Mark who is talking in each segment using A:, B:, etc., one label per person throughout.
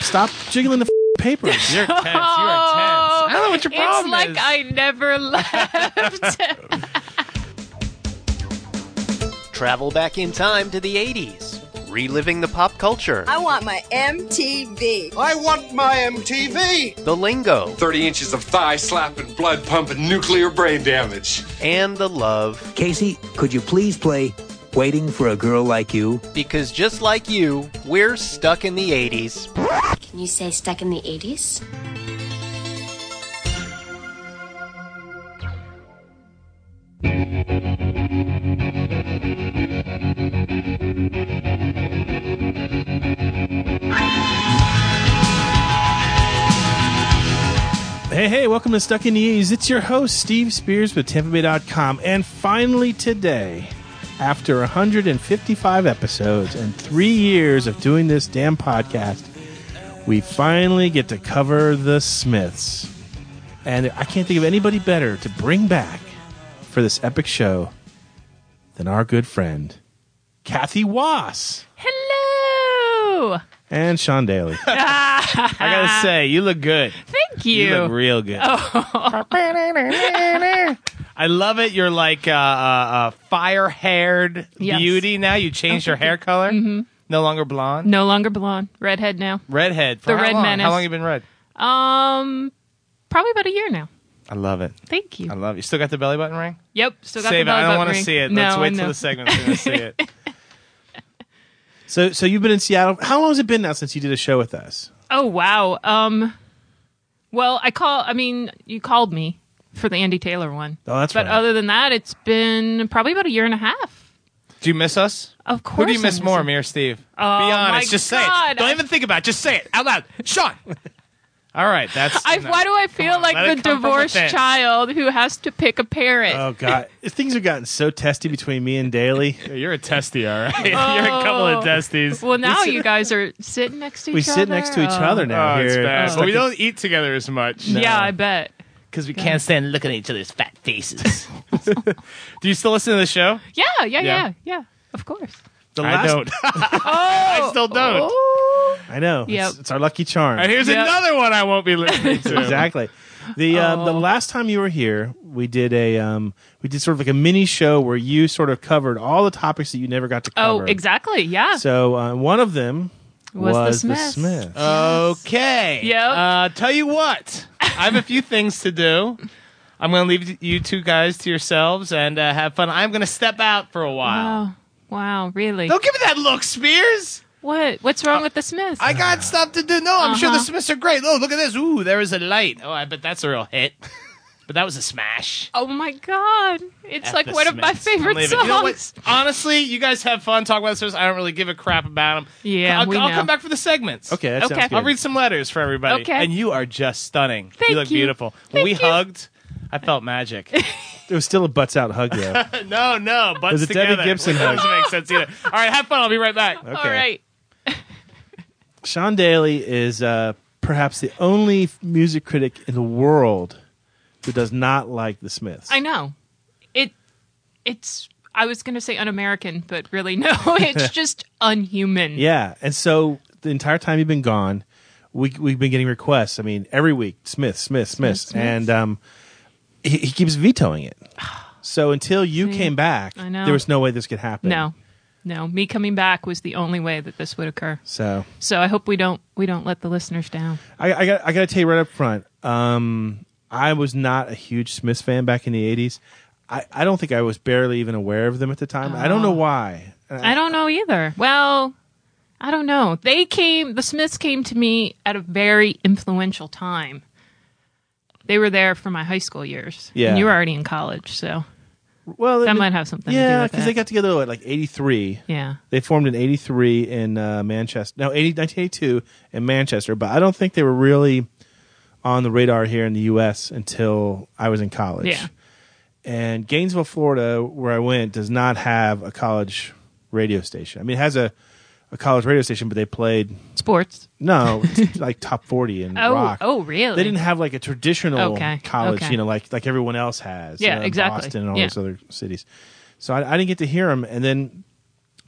A: Stop jiggling the f- papers.
B: You're tense. You are tense.
A: I don't know what your
C: Oh, It's
A: problem
C: like
A: is.
C: I never left.
D: Travel back in time to the 80s, reliving the pop culture,
E: I want my MTV.
F: I want my MTV.
D: the lingo,
G: 30 inches of thigh slapping, blood pumping, nuclear brain damage.
D: and the love,
H: Casey, could you please play Waiting for a Girl Like You?
D: because just like you, we're stuck in the 80s.
I: Can you say stuck in the 80s?
A: Hey, hey, welcome to Stuck in the 80s. It's your host, Steve Spears with TampaBay.com. And finally today, after 155 episodes and three years of doing this damn podcast, we finally get to cover the Smiths. And I can't think of anybody better to bring back for this epic show than our good friend, Kathy Wass
C: Hello.
A: and Sean Daly. I gotta say, you look good.
C: Thank you. Oh.
A: You look real good.
B: I love it. You're like uh, uh, uh, fire haired
C: Yes. Mm-hmm.
B: beauty now. You changed your hair color. No longer blonde.
C: no longer blonde, redhead now.
B: Redhead. For
C: The
B: how
C: Red
B: long?
C: Menace.
B: How long you been red?
C: Um, probably about a year now.
B: I love it.
C: Thank you.
B: I love it. You still got the belly button ring?
C: yep. Still got
B: Save
C: the
B: it. I don't
C: want to
B: see it.
C: No,
B: Let's wait
C: I
B: till
C: know.
B: the segment's going to see it.
A: So, so you've been in Seattle. How long has it been now since you did a show with us?
C: Oh wow. Um, well, I call. I mean, you called me for the Andy Taylor one.
A: Oh, that's
C: but
A: right.
C: other than that, it's been probably about a year and a half.
B: Do you miss us?
C: Of course.
B: Who do you
C: I
B: miss more,
C: him.
B: me or Steve?
C: Oh,
B: Be
C: my
B: honest. Just say
C: God.
B: it. Don't even think about it. Just say it out loud. Sean. All right. That's.
C: I,
B: no.
C: Why do I feel like
B: let it
C: the
B: come from
C: divorced
B: within.
C: child who has to pick a parent?
A: Oh God, things have gotten so testy between me and Daly.
B: You're a testy, all right? You're a couple of testies.
C: well, now you guys are sitting next to each
A: We
C: other.
A: sit next to each
C: Oh.
A: other now
B: Oh,
A: here.
B: it's bad.
C: Oh.
B: But we don't eat together as much.
C: Yeah, I bet.
B: Because we can't stand looking at each other's fat faces. Do you still listen to the show?
C: Yeah, yeah, yeah,
B: Yeah.
C: yeah. of course.
A: The
B: I
A: last-
B: don't. I still don't.
C: Oh.
A: I know.
C: Yep.
A: It's, it's our lucky charm.
B: And here's
C: Yeah.
B: another one I won't be listening to.
A: exactly. The um, the
C: Oh.
A: last time you were here, we did a um, we did sort of like a mini show where you sort of covered all the topics that you never got to
C: Oh,
A: cover.
C: exactly. Yeah.
A: So uh, one of them
C: Was the
A: was
C: Smiths.
A: Smiths.
B: Okay.
C: Yep.
B: Uh, tell you what, I have a few things to do. I'm going to leave you two guys to yourselves and uh, have fun. I'm going to step out for a while.
C: wow. Wow, really?
B: Don't give me that look, Spears.
C: What? What's wrong with the Smiths?
B: I got stuff to do. No, I'm sure
C: Uh-huh.
B: the Smiths are great. Oh, look at this. Ooh, there is a light. Oh, I bet that's a real hit. But that was a smash.
C: oh my god. It's
B: F
C: like
B: the
C: one of my
B: Smiths. I'm
C: favorite
B: leaving. You know what?
C: songs.
B: Honestly, you guys have fun talking about the Smiths. I don't really give a crap about them.
C: Yeah,
B: I'll,
C: we
B: I'll
C: know.
B: come back for the segments.
A: Okay, that
C: Okay.
A: sounds good.
B: I'll read some letters for everybody.
C: Okay.
B: And you are just stunning.
C: Thank
B: you look
C: you.
B: beautiful. When we
C: Thank you.
B: hugged, I felt magic.
A: it was still a butts out hug though.
B: no, no, but
A: was a Debbie
B: together.
A: Gibson
B: Which
A: hug.
B: Doesn't make sense either. All right, have fun. I'll be right back.
C: All right.
A: Sean Daly is uh, perhaps the only music critic in the world who does not like the Smiths.
C: I know. It it's I was going to say un-American, but really no. It's just unhuman.
A: Yeah, and so the entire time you've been gone, we we've been getting requests. I mean, every week, Smith, Smith, Smith,
C: Smith.
A: and um, he, he keeps vetoing it. So until you
C: See?
A: came back,
C: I know.
A: there was no way this could happen.
C: No. No, me coming back was the only way that this would occur.
A: So
C: So I hope we don't we don't let the listeners down.
A: I, I got I got to tell you right up front. Um, I was not a huge Smiths fan back in the '80s. I, I don't think I was barely even aware of them at the time. I
C: Oh.
A: don't know why.
C: I don't know either. Well, I don't know. They came, the Smiths came to me at a very influential time. They were there for my high school years.
A: Yeah.
C: And you were already in college, so
A: Well,
C: that
A: it-
C: might have something to do
A: Yeah,
C: with
A: because
C: it.
A: they got together what, like '83.
C: yeah.
A: They formed in 83 in uh, Manchester. No, 80, 1982 in Manchester, but I don't think they were really on the radar here in the U.S. until I was in college.
C: Yeah.
A: And Gainesville, Florida, where I went, does not have a college radio station. I mean, it has a, a college radio station, but they played,
C: Sports.
A: no, like top 40 and
C: Oh,
A: rock.
C: oh, really?
A: They didn't have like a traditional
C: Okay,
A: college,
C: okay.
A: you know, like like everyone else has. you
C: Yeah,
A: know, in
C: exactly.
A: Boston and all
C: Yeah.
A: those other cities. So I, I didn't get to hear them. And then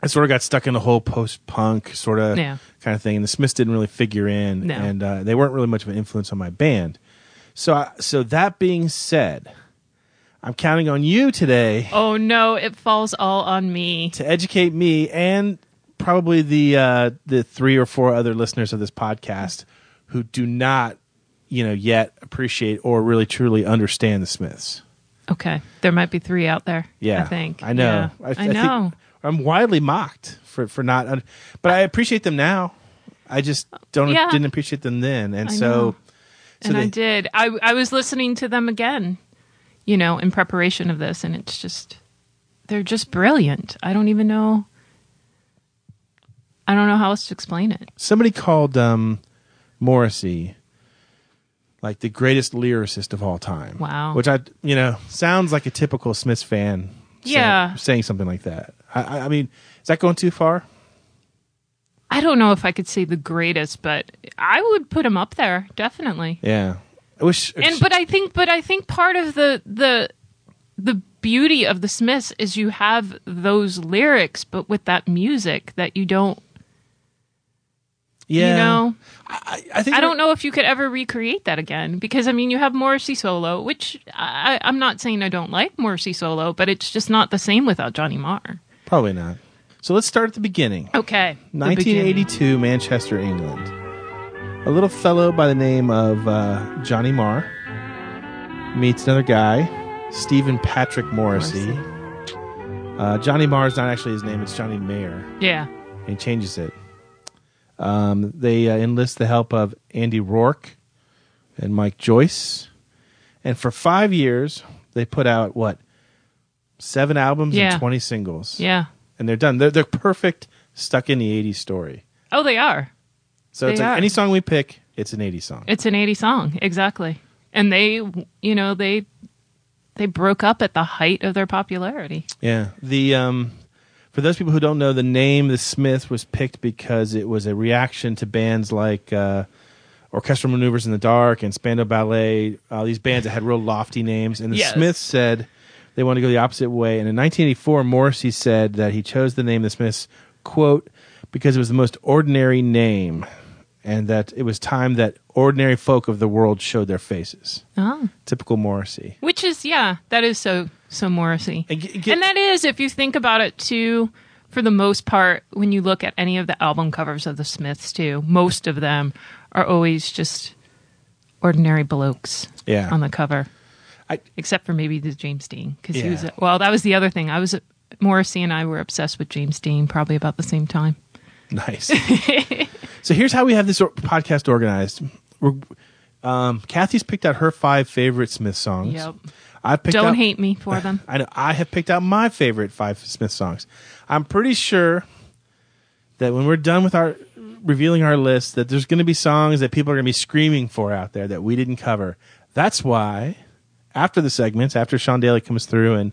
A: I sort of got stuck in the whole post punk sort of
C: Yeah.
A: kind of thing, and the Smiths didn't really figure in,
C: No.
A: and uh, they weren't really much of an influence on my band. So, I, so that being said, I'm counting on you today
C: Oh no, it falls all on me.
A: to educate me and probably the uh, the three or four other listeners of this podcast who do not, you know, yet appreciate or really truly understand the Smiths.
C: Okay, there might be three out there.
A: Yeah,
C: I think.
A: I know.
C: Yeah. I,
A: think
C: know.
A: I'm widely mocked for for not, un- but I appreciate them now. I just don't
C: Yeah.
A: didn't appreciate them then, and
C: I
A: so
C: know.
A: so
C: and I
A: they-
C: did. I I was listening to them again, you know, in preparation of this, and it's just they're just brilliant. I don't even know. I don't know how else to explain it.
A: somebody called um, Morrissey like the greatest lyricist of all time.
C: Wow.
A: Which I, you know, sounds like a typical Smiths fan. say-
C: Yeah.
A: saying something like that. I- I, I mean, is that going too far?
C: I don't know if I could say the greatest, but I would put him up there definitely.
A: Yeah. I wish.
C: And but I think but I think part of the the the beauty of the Smiths is you have those lyrics, but with that music that you don't.
A: yeah.
C: You know,
A: I, I think
C: I don't know if you could ever recreate that again because I mean you have Morrissey solo, which I, I'm not saying I don't like Morrissey solo, but it's just not the same without Johnny Marr.
A: Probably not. So let's start at the beginning.
C: Okay, the beginning.
A: 1982, Manchester, England. A little fellow by the name of uh, Johnny Marr meets another guy, Stephen Patrick Morrissey. Uh, Johnny Marr is not actually his name; it's Johnny Mayer.
C: Yeah,
A: And he changes it. Um, they uh, enlist the help of Andy Rourke and Mike Joyce, and for five years they put out what seven albums
C: Yeah.
A: and twenty singles.
C: yeah.
A: and they're done. They're the perfect stuck in the '80s story.
C: Oh, they are.
A: So it's
C: They
A: like
C: are.
A: any song we pick, it's an 80s song.
C: It's an 80 song exactly, and they you know they they broke up at the height of their popularity.
A: yeah. The um for those people who don't know, the name The Smiths was picked because it was a reaction to bands like uh, Orchestral Maneuvers in the Dark and Spandau Ballet, uh, these bands that had real lofty names. And the
C: Yes.
A: Smiths said they wanted to go the opposite way. And in 1984, Morrissey said that he chose the name The Smiths, quote, because it was the most ordinary name and that it was time that ordinary folk of the world showed their faces.
C: Oh.
A: Typical Morrissey.
C: Which is yeah, that is so so Morrissey.
A: And
C: And,
A: g- get-
C: that is if you think about it too for the most part when you look at any of the album covers of the Smiths too, most of them are always just ordinary blokes
A: Yeah.
C: on the cover.
A: I-
C: Except for maybe the James Dean cuz he was
A: Yeah.
C: well, that was the other thing. I was Morrissey and I were obsessed with James Dean probably about the same time.
A: Nice. so here's how we have this or- podcast organized. We're, um, Kathy's picked out her five favorite Smith songs.
C: Yep.
A: I've picked
C: Don't
A: out,
C: hate me for them.
A: I know. I have picked out my favorite five Smith songs. I'm pretty sure that when we're done with our revealing our list, that there's going to be songs that people are going to be screaming for out there that we didn't cover. That's why after the segments, after Sean Daly comes through and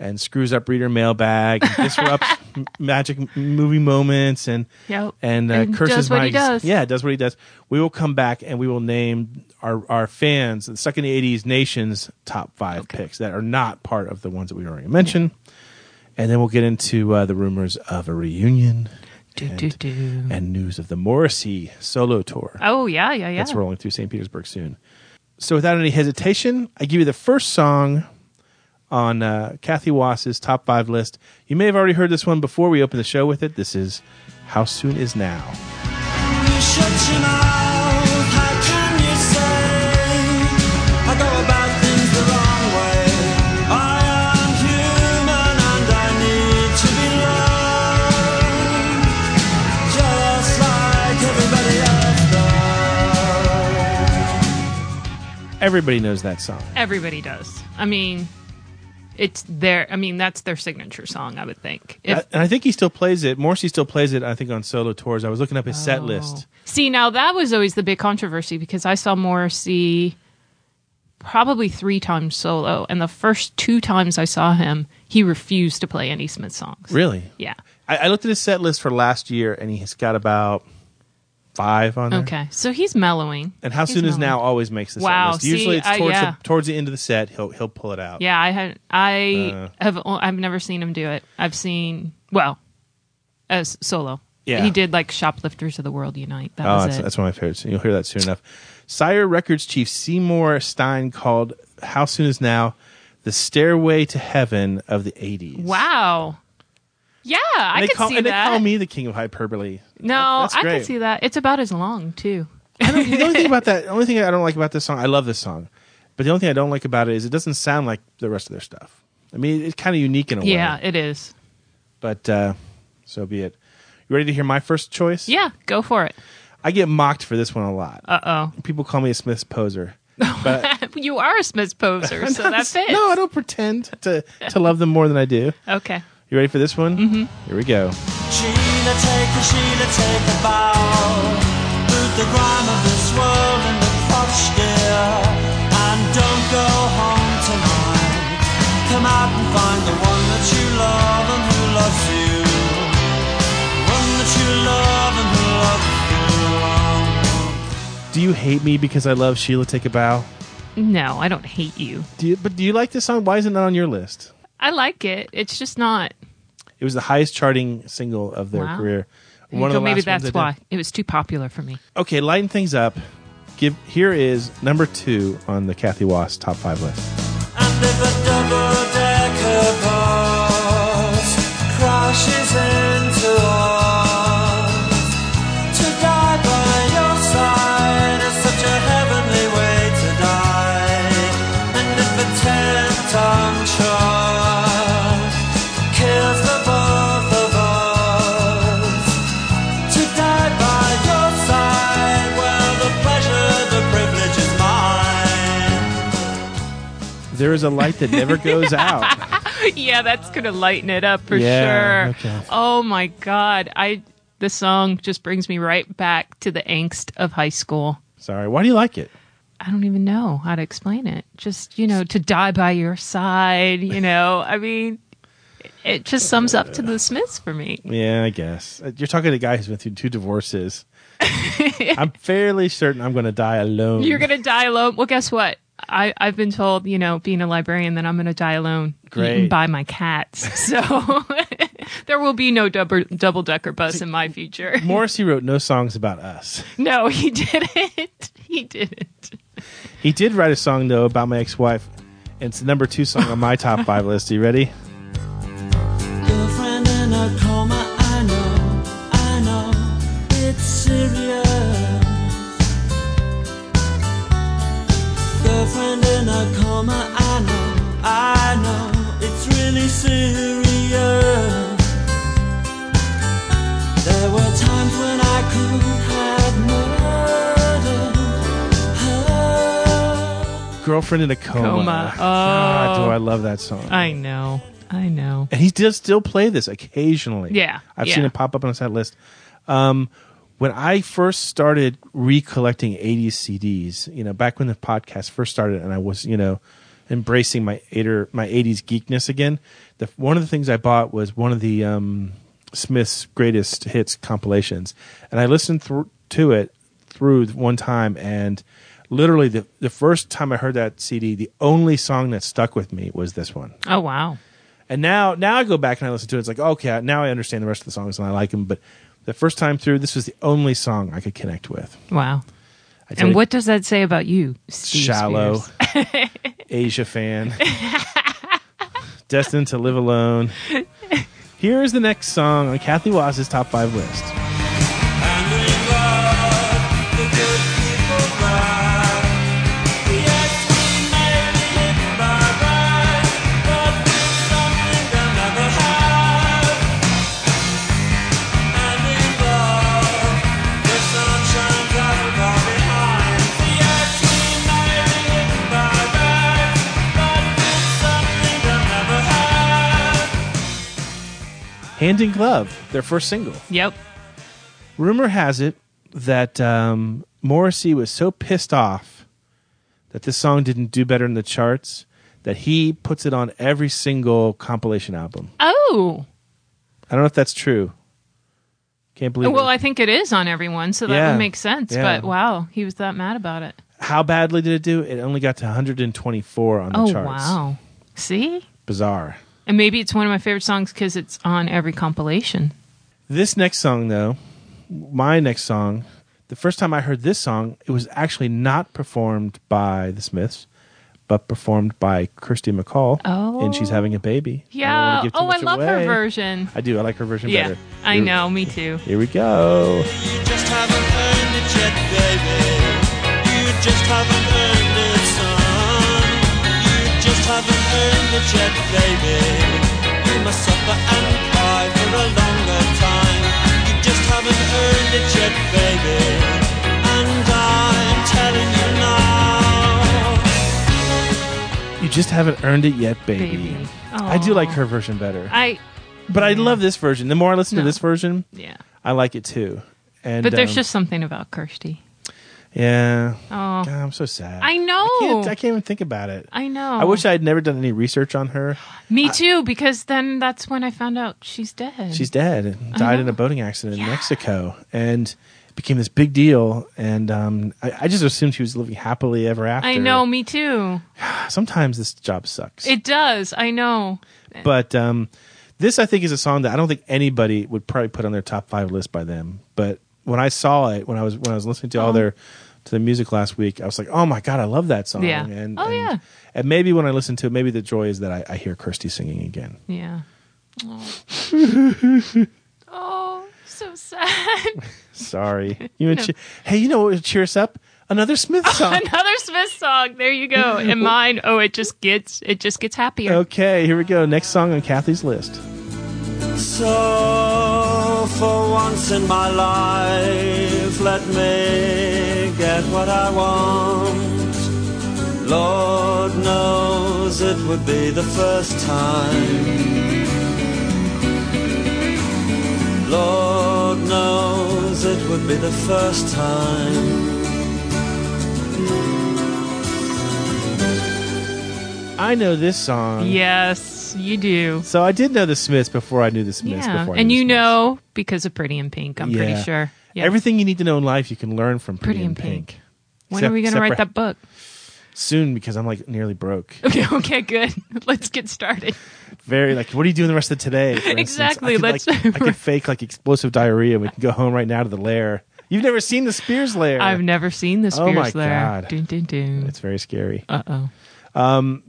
A: and screws up reader mailbag, and disrupts m- magic m- movie moments, and
C: Yep.
A: and, uh,
C: And
A: curses
C: does what he
A: my ex-
C: does.
A: yeah, does what he does. We will come back and we will name our our fans the second '80s nations top five picks that are not part of the ones that we already mentioned, and then we'll get into uh, the rumors of a reunion
C: Do, do, do.
A: and news of the Morrissey solo tour
C: Oh yeah, yeah, yeah.
A: that's rolling through St. Petersburg soon. So, without any hesitation, I give you the first song on uh, Kathy Wass's top five list. You may have already heard this one before we open the show with it. This is How Soon Is Now. Everybody knows that song.
C: Everybody does. I mean, it's their. I mean, that's their signature song. I would think. If,
A: I- and I think he still plays it. Morrissey still plays it, I think, on solo tours. I was looking up his
C: Oh.
A: set list.
C: see, now that was always the big controversy because I saw Morrissey probably three times solo, and the first two times I saw him, he refused to play any Smith songs.
A: Really?
C: Yeah.
A: I, I looked at his set list for last year, and he's got about five on there.
C: Okay, so he's mellowing.
A: And How
C: He's
A: Soon Is
C: mellowing.
A: Now always makes the
C: Wow,
A: set list. Usually
C: see,
A: it's
C: I-
A: towards,
C: yeah.
A: the, towards the end of the set, he'll, he'll pull it out. Uh.
C: Yeah, I had. I have. I've never seen him do it. I've seen. Well, as solo.
A: Yeah.
C: He did like Shoplifters of the World Unite. That
A: Oh,
C: was
A: that's,
C: it.
A: that's one of my favorites. You'll hear that soon enough. Sire Records chief Seymour Stein called How Soon Is Now the stairway to heaven of the 80s.
C: wow. Yeah, I
A: And they
C: could
A: call,
C: see
A: and
C: that.
A: they call me the king of hyperbole.
C: no,
A: That's
C: I
A: great.
C: could see that. It's about as long too.
A: the only thing about that, the only thing I don't like about this song, I love this song, but the only thing I don't like about it is it doesn't sound like the rest of their stuff. I mean, it's kind of unique in a
C: Yeah,
A: way.
C: it is.
A: But uh, so be it. You ready to hear my first choice?
C: Yeah, go for it.
A: I get mocked for this one a lot.
C: Uh
A: People call me a Smiths poser. But
C: oh. You are a Smiths poser, so that fits.
A: no, I don't pretend to, to love them more than I do.
C: Okay.
A: You ready for this one? Mm-hmm. Here we go.
J: Sheila, take a Sheila, take a bow. Boot the grime of this world in the clutch, dear. And don't go home tonight. Come out and find the one that you love and who loves you. One that you love and who loves
A: Do you hate me because I love Sheila Take a Bow?
C: No, I don't hate you.
A: Do you, but do you like this song? Why isn't it on your list?
C: I like it. It's just not.
A: It was the highest charting single of their
C: Wow.
A: career.
C: so maybe
A: last ones
C: that's
A: they did.
C: why it was too popular for me.
A: Okay, lighten things up. Give here is number two on the Kathy Was top five list.
J: And if a double-decker bus crashes into us, to die by your side is such a heavenly way to die. And if a ten-ton truck kills the both of us, to die by your side, well the pleasure, the privilege is mine.
A: There is a light that never goes out.
C: yeah, that's gonna lighten it up for
A: Yeah,
C: sure.
A: okay.
C: Oh my god, I the song just brings me right back to the angst of high school.
A: Sorry, why do you like it?
C: I don't even know how to explain it. Just you know, to die by your side. You know, I mean, it just sums up to the Smiths for me.
A: Yeah, I guess Uh, you're talking to a guy who's been through two divorces. I'm fairly certain I'm going to die alone.
C: You're gonna die alone. Well, guess what? I, I've been told, you know, being a librarian, that I'm going to die alone, eaten
A: Great.
C: by my cats. So there will be no double double decker bus in my future.
A: Morrissey wrote no songs about us.
C: No, he didn't. He didn't.
A: He did write a song though about my ex-wife. And it's the number two song on my top five list. Are you ready?
J: Girlfriend in a coma, I know, I know, it's serious. Girlfriend in a coma, I know, I know, it's really serious. There were times when I could have murdered her.
A: Girlfriend in a coma.
C: Coma.
A: God,
C: Oh.
A: do I love that song.
C: I know. I know.
A: and he does still play this occasionally.
C: Yeah,
A: I've
C: yeah.
A: seen it pop up on his set list. Um, when I first started recollecting '80s CDs, you know, back when the podcast first started, and I was, you know, embracing my eighter, my '80s geekness again. The one of the things I bought was one of the um, Smith's greatest hits compilations, and I listened through to it through one time, and literally the the first time I heard that CD, the only song that stuck with me was this one.
C: Oh wow.
A: And now, now I go back and I listen to it. It's like, okay, now I understand the rest of the songs and I like them. But the first time through, this was the only song I could connect with.
C: Wow.
A: I
C: And what does that say about you, Steve
A: shallow
C: Spears?
A: Asia fan, destined to live alone. Here is the next song on Kathy Waz's top five list.
J: And we love the good people right. Yes, we may live by right, but it's something they'll never have. And we love the sunshine that we got behind. Yes, we may live by right, but it's something they'll never have.
A: Hand in Glove, their first single.
C: Yep.
A: Rumor has it that um, Morrissey was so pissed off that this song didn't do better in the charts that he puts it on every single compilation album.
C: Oh.
A: I don't know if that's true. Can't believe
C: Well,
A: it.
C: I think it is on everyone, so that
A: Yeah.
C: would make sense.
A: Yeah.
C: But wow, he was that mad about it.
A: How badly did it do? It only got to 124 on the
C: oh
A: charts.
C: wow. See?
A: Bizarre.
C: And maybe it's one of my favorite songs because it's on every compilation.
A: This next song, though, my next song, the first time I heard this song, it was actually not performed by the Smiths, but performed by Kirsty McCall.
C: Oh.
A: And she's having a baby. I don't wanna
C: Yeah.
A: give too
C: oh, I
A: much
C: love her
A: away.
C: version.
A: I do. I like her version
C: Yeah.
A: better.
C: I
A: Here-
C: know. Me too.
A: Here we go.
J: You just haven't earned it yet, baby. You just haven't earned it, son. You just haven't earned it yet, baby. You must suffer and cry for a longer time. You just haven't earned it yet, baby. And I'm telling you now.
A: You just haven't earned it yet, baby.
C: Baby.
A: I do
C: Aw.
A: like her version better.
C: I.
A: but I love this version. The more I listen to
C: No.
A: this version,
C: Yeah.
A: I like it too. And
C: But there's
A: um,
C: just something about Kirsty.
A: yeah.
C: Oh.
A: God, I'm so sad.
C: I know.
A: I can't, I
C: I,
A: can't even think about it.
C: know.
A: I wish I had never done any research on her.
C: Me too, because then that's when I found out she's dead.
A: She's dead. and Died in a boating accident in Mexico, and it became this big deal. And um, I, I just assumed she was living happily ever after.
C: I know. Me too.
A: Sometimes this job sucks.
C: It does. I know.
A: but um, this I think is a song that I don't think anybody would probably put on their top five list by them. But when I saw it, when I was when I was listening
C: Oh.
A: to all their to the music last week, I was like, oh my god, I love that song.
C: Yeah.
A: And,
C: Oh,
A: and,
C: yeah.
A: And maybe when I listen to it, maybe the joy is that I, I hear Kirsty singing again.
C: Yeah. Oh, oh so sad.
A: Sorry, you and che- hey, you know what would cheer us up? Another Smith
C: Oh,
A: song.
C: Another Smith song. There you go. And mine, oh, it just gets it just gets happier.
A: okay, here we go. Next song on Kathy's list.
J: So, for once in my life, let me get what I want. Lord knows it would be the first time. Lord knows it would be the first time.
A: I know this song.
C: Yes, you do.
A: So I did know the Smiths before I knew the Smiths.
C: yeah.
A: Before I
C: And
A: knew the
C: you
A: Smiths.
C: know because of Pretty in Pink, I'm
A: Yeah.
C: pretty sure. Yeah.
A: Everything you need to know in life, you can learn from Pretty,
C: Pretty
A: in
C: in
A: Pink.
C: Pink. when
A: Except-
C: are we going to
A: except
C: write
A: for-
C: that book?
A: Soon, because I'm like nearly broke.
C: Okay, okay, good. Let's get started.
A: Very like, what are you doing the rest of today? for instance?
C: Exactly,
A: I could,
C: let's-
A: like, I could fake like explosive diarrhea. We can go home right now to the lair. You've never seen the Spears lair.
C: I've never seen this
A: Oh,
C: Spears
A: my
C: Lair.
A: God.
C: Dun, dun, dun.
A: It's very scary.
C: Uh-oh.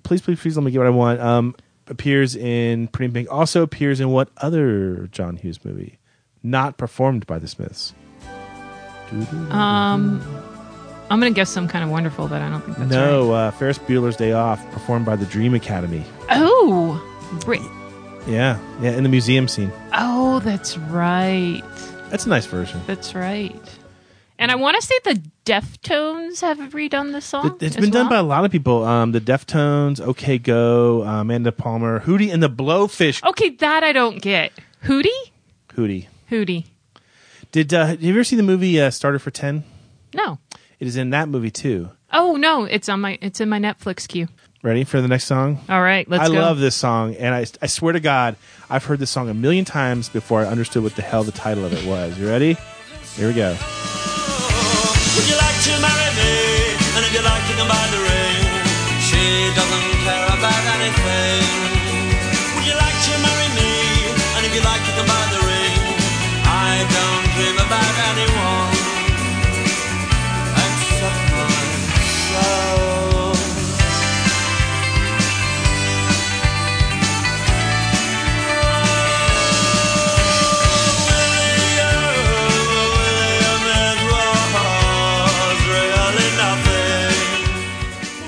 A: please, please, please let me get what I want. Um, appears in Pretty in Pink. Also appears in what other John Hughes movie? Not performed by the Smiths.
C: I'm going to guess some kind of wonderful, but I don't think that's right.
A: no, uh, Ferris Bueller's Day Off, performed by the Dream Academy.
C: Oh. Brit-
A: Yeah, yeah, in the museum scene.
C: Oh, that's right.
A: That's a nice version.
C: That's right. And I want to say the Deftones have redone the song.
A: It, has
C: as
A: been done by a
C: well.
A: lot of people. Um, the Deftones, OK Go, uh, Amanda Palmer, Hootie and the Blowfish.
C: Okay, that I don't get. Hootie?
A: Hootie.
C: Hootie.
A: Did uh, have you ever see the movie uh, Starter for Ten?
C: No.
A: It is in that movie too.
C: Oh no, it's on my it's in my Netflix queue.
A: Ready for the next song?
C: All right, let's
A: I
C: go.
A: love this song, and I, I swear to God, I've heard this song a million times before I understood what the hell the title of it was. You ready? Here we go.
J: Would you like to marry me? And if you like, you can buy the ring. She doesn't care about anything. Would you like to marry me? And if you like, you can buy the ring. I don't dream about anyone except myself.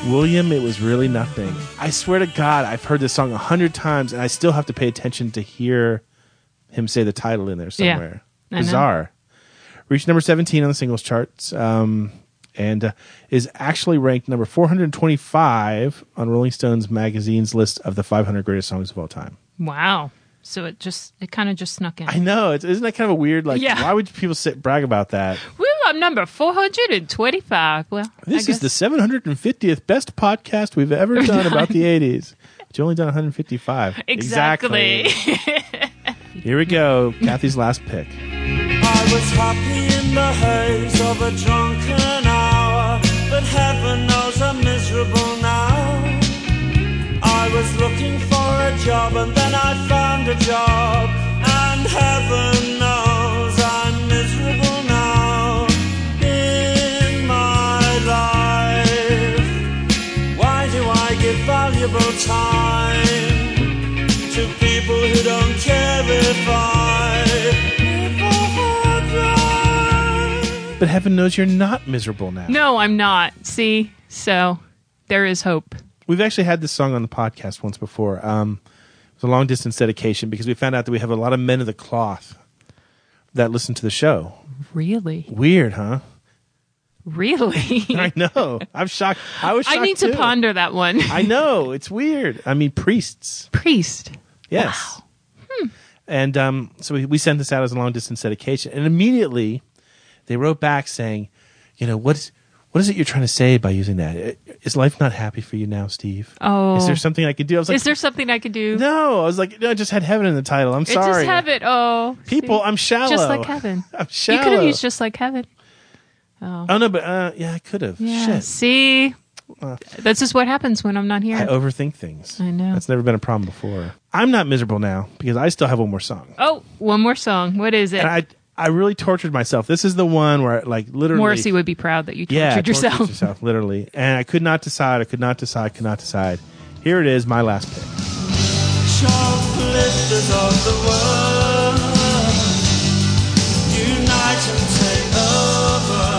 J: William, it was really nothing.
A: William, it was really nothing. I swear to God, I've heard this song a hundred times, and I still have to pay attention to hear him say the title in there
C: Yeah,
A: somewhere.
C: I know.
A: Bizarre. Reached number seventeen on the singles charts, um, and uh, is actually ranked number four hundred twenty-five on Rolling Stones magazine's list of the five hundred greatest songs of all time.
C: Wow. So it just it kind of just snuck in.
A: I know. It's, isn't that kind of a weird? Like,
C: Yeah.
A: why would people sit brag about that?
C: Woo, I'm number 425. Well,
A: This
C: I
A: is the
C: guess-
A: 750th best podcast we've ever done about the 80s. But you only done 155.
C: Exactly.
A: Here we go. Kathy's last pick.
J: I was happy in the haze of a drunken hour, but heaven knows I'm miserable now. I was looking for a job and then I found a job, and heaven knows. time to people who don't care if I ever had them.
A: But heaven knows you're not miserable now.
C: No, I'm not. See? So there is hope.
A: We've actually had this song on the podcast once before. Um, it was a long distance dedication because we found out that we have a lot of men of the cloth that listen to the show.
C: Really?
A: Weird, huh?
C: Really?
A: I know. I'm shocked. I was.
C: I
A: Shocked
C: need to
A: too.
C: ponder that one.
A: I know it's weird. I mean, priests.
C: Priest.
A: Yes.
C: Hmm.
A: And um, so we, we sent this out as a long distance dedication, and immediately they wrote back saying, "You know what is what is it you're trying to say by using that? Is life not happy for you now, Steve?
C: Oh.
A: is there something I could do? I was like,
C: Is there something I could do?
A: no. I was like, no. I just had heaven in the title. I'm
C: It
A: sorry.
C: Just have it. Oh.
A: People,
C: see?
A: I'm shallow.
C: Just like heaven.
A: I'm
C: You
A: shallow.
C: could have used just like heaven.
A: Oh no, but uh, yeah, I could have.
C: Yeah.
A: Shit, Uh.
C: See? That's just what happens when I'm not here.
A: I overthink things.
C: I know.
A: that's never been a problem before. I'm not miserable now because I still have one more song,
C: oh, one more song. What is it?
A: and I I really tortured myself. This is the one where like literally
C: Morrissey would be proud that you tortured
A: yeah tortured
C: yourself.
A: yourself literally, and I could not decide. I could not decide. Could not decide. Here it is, my last pick.
J: shoplifters of the world unite and take over.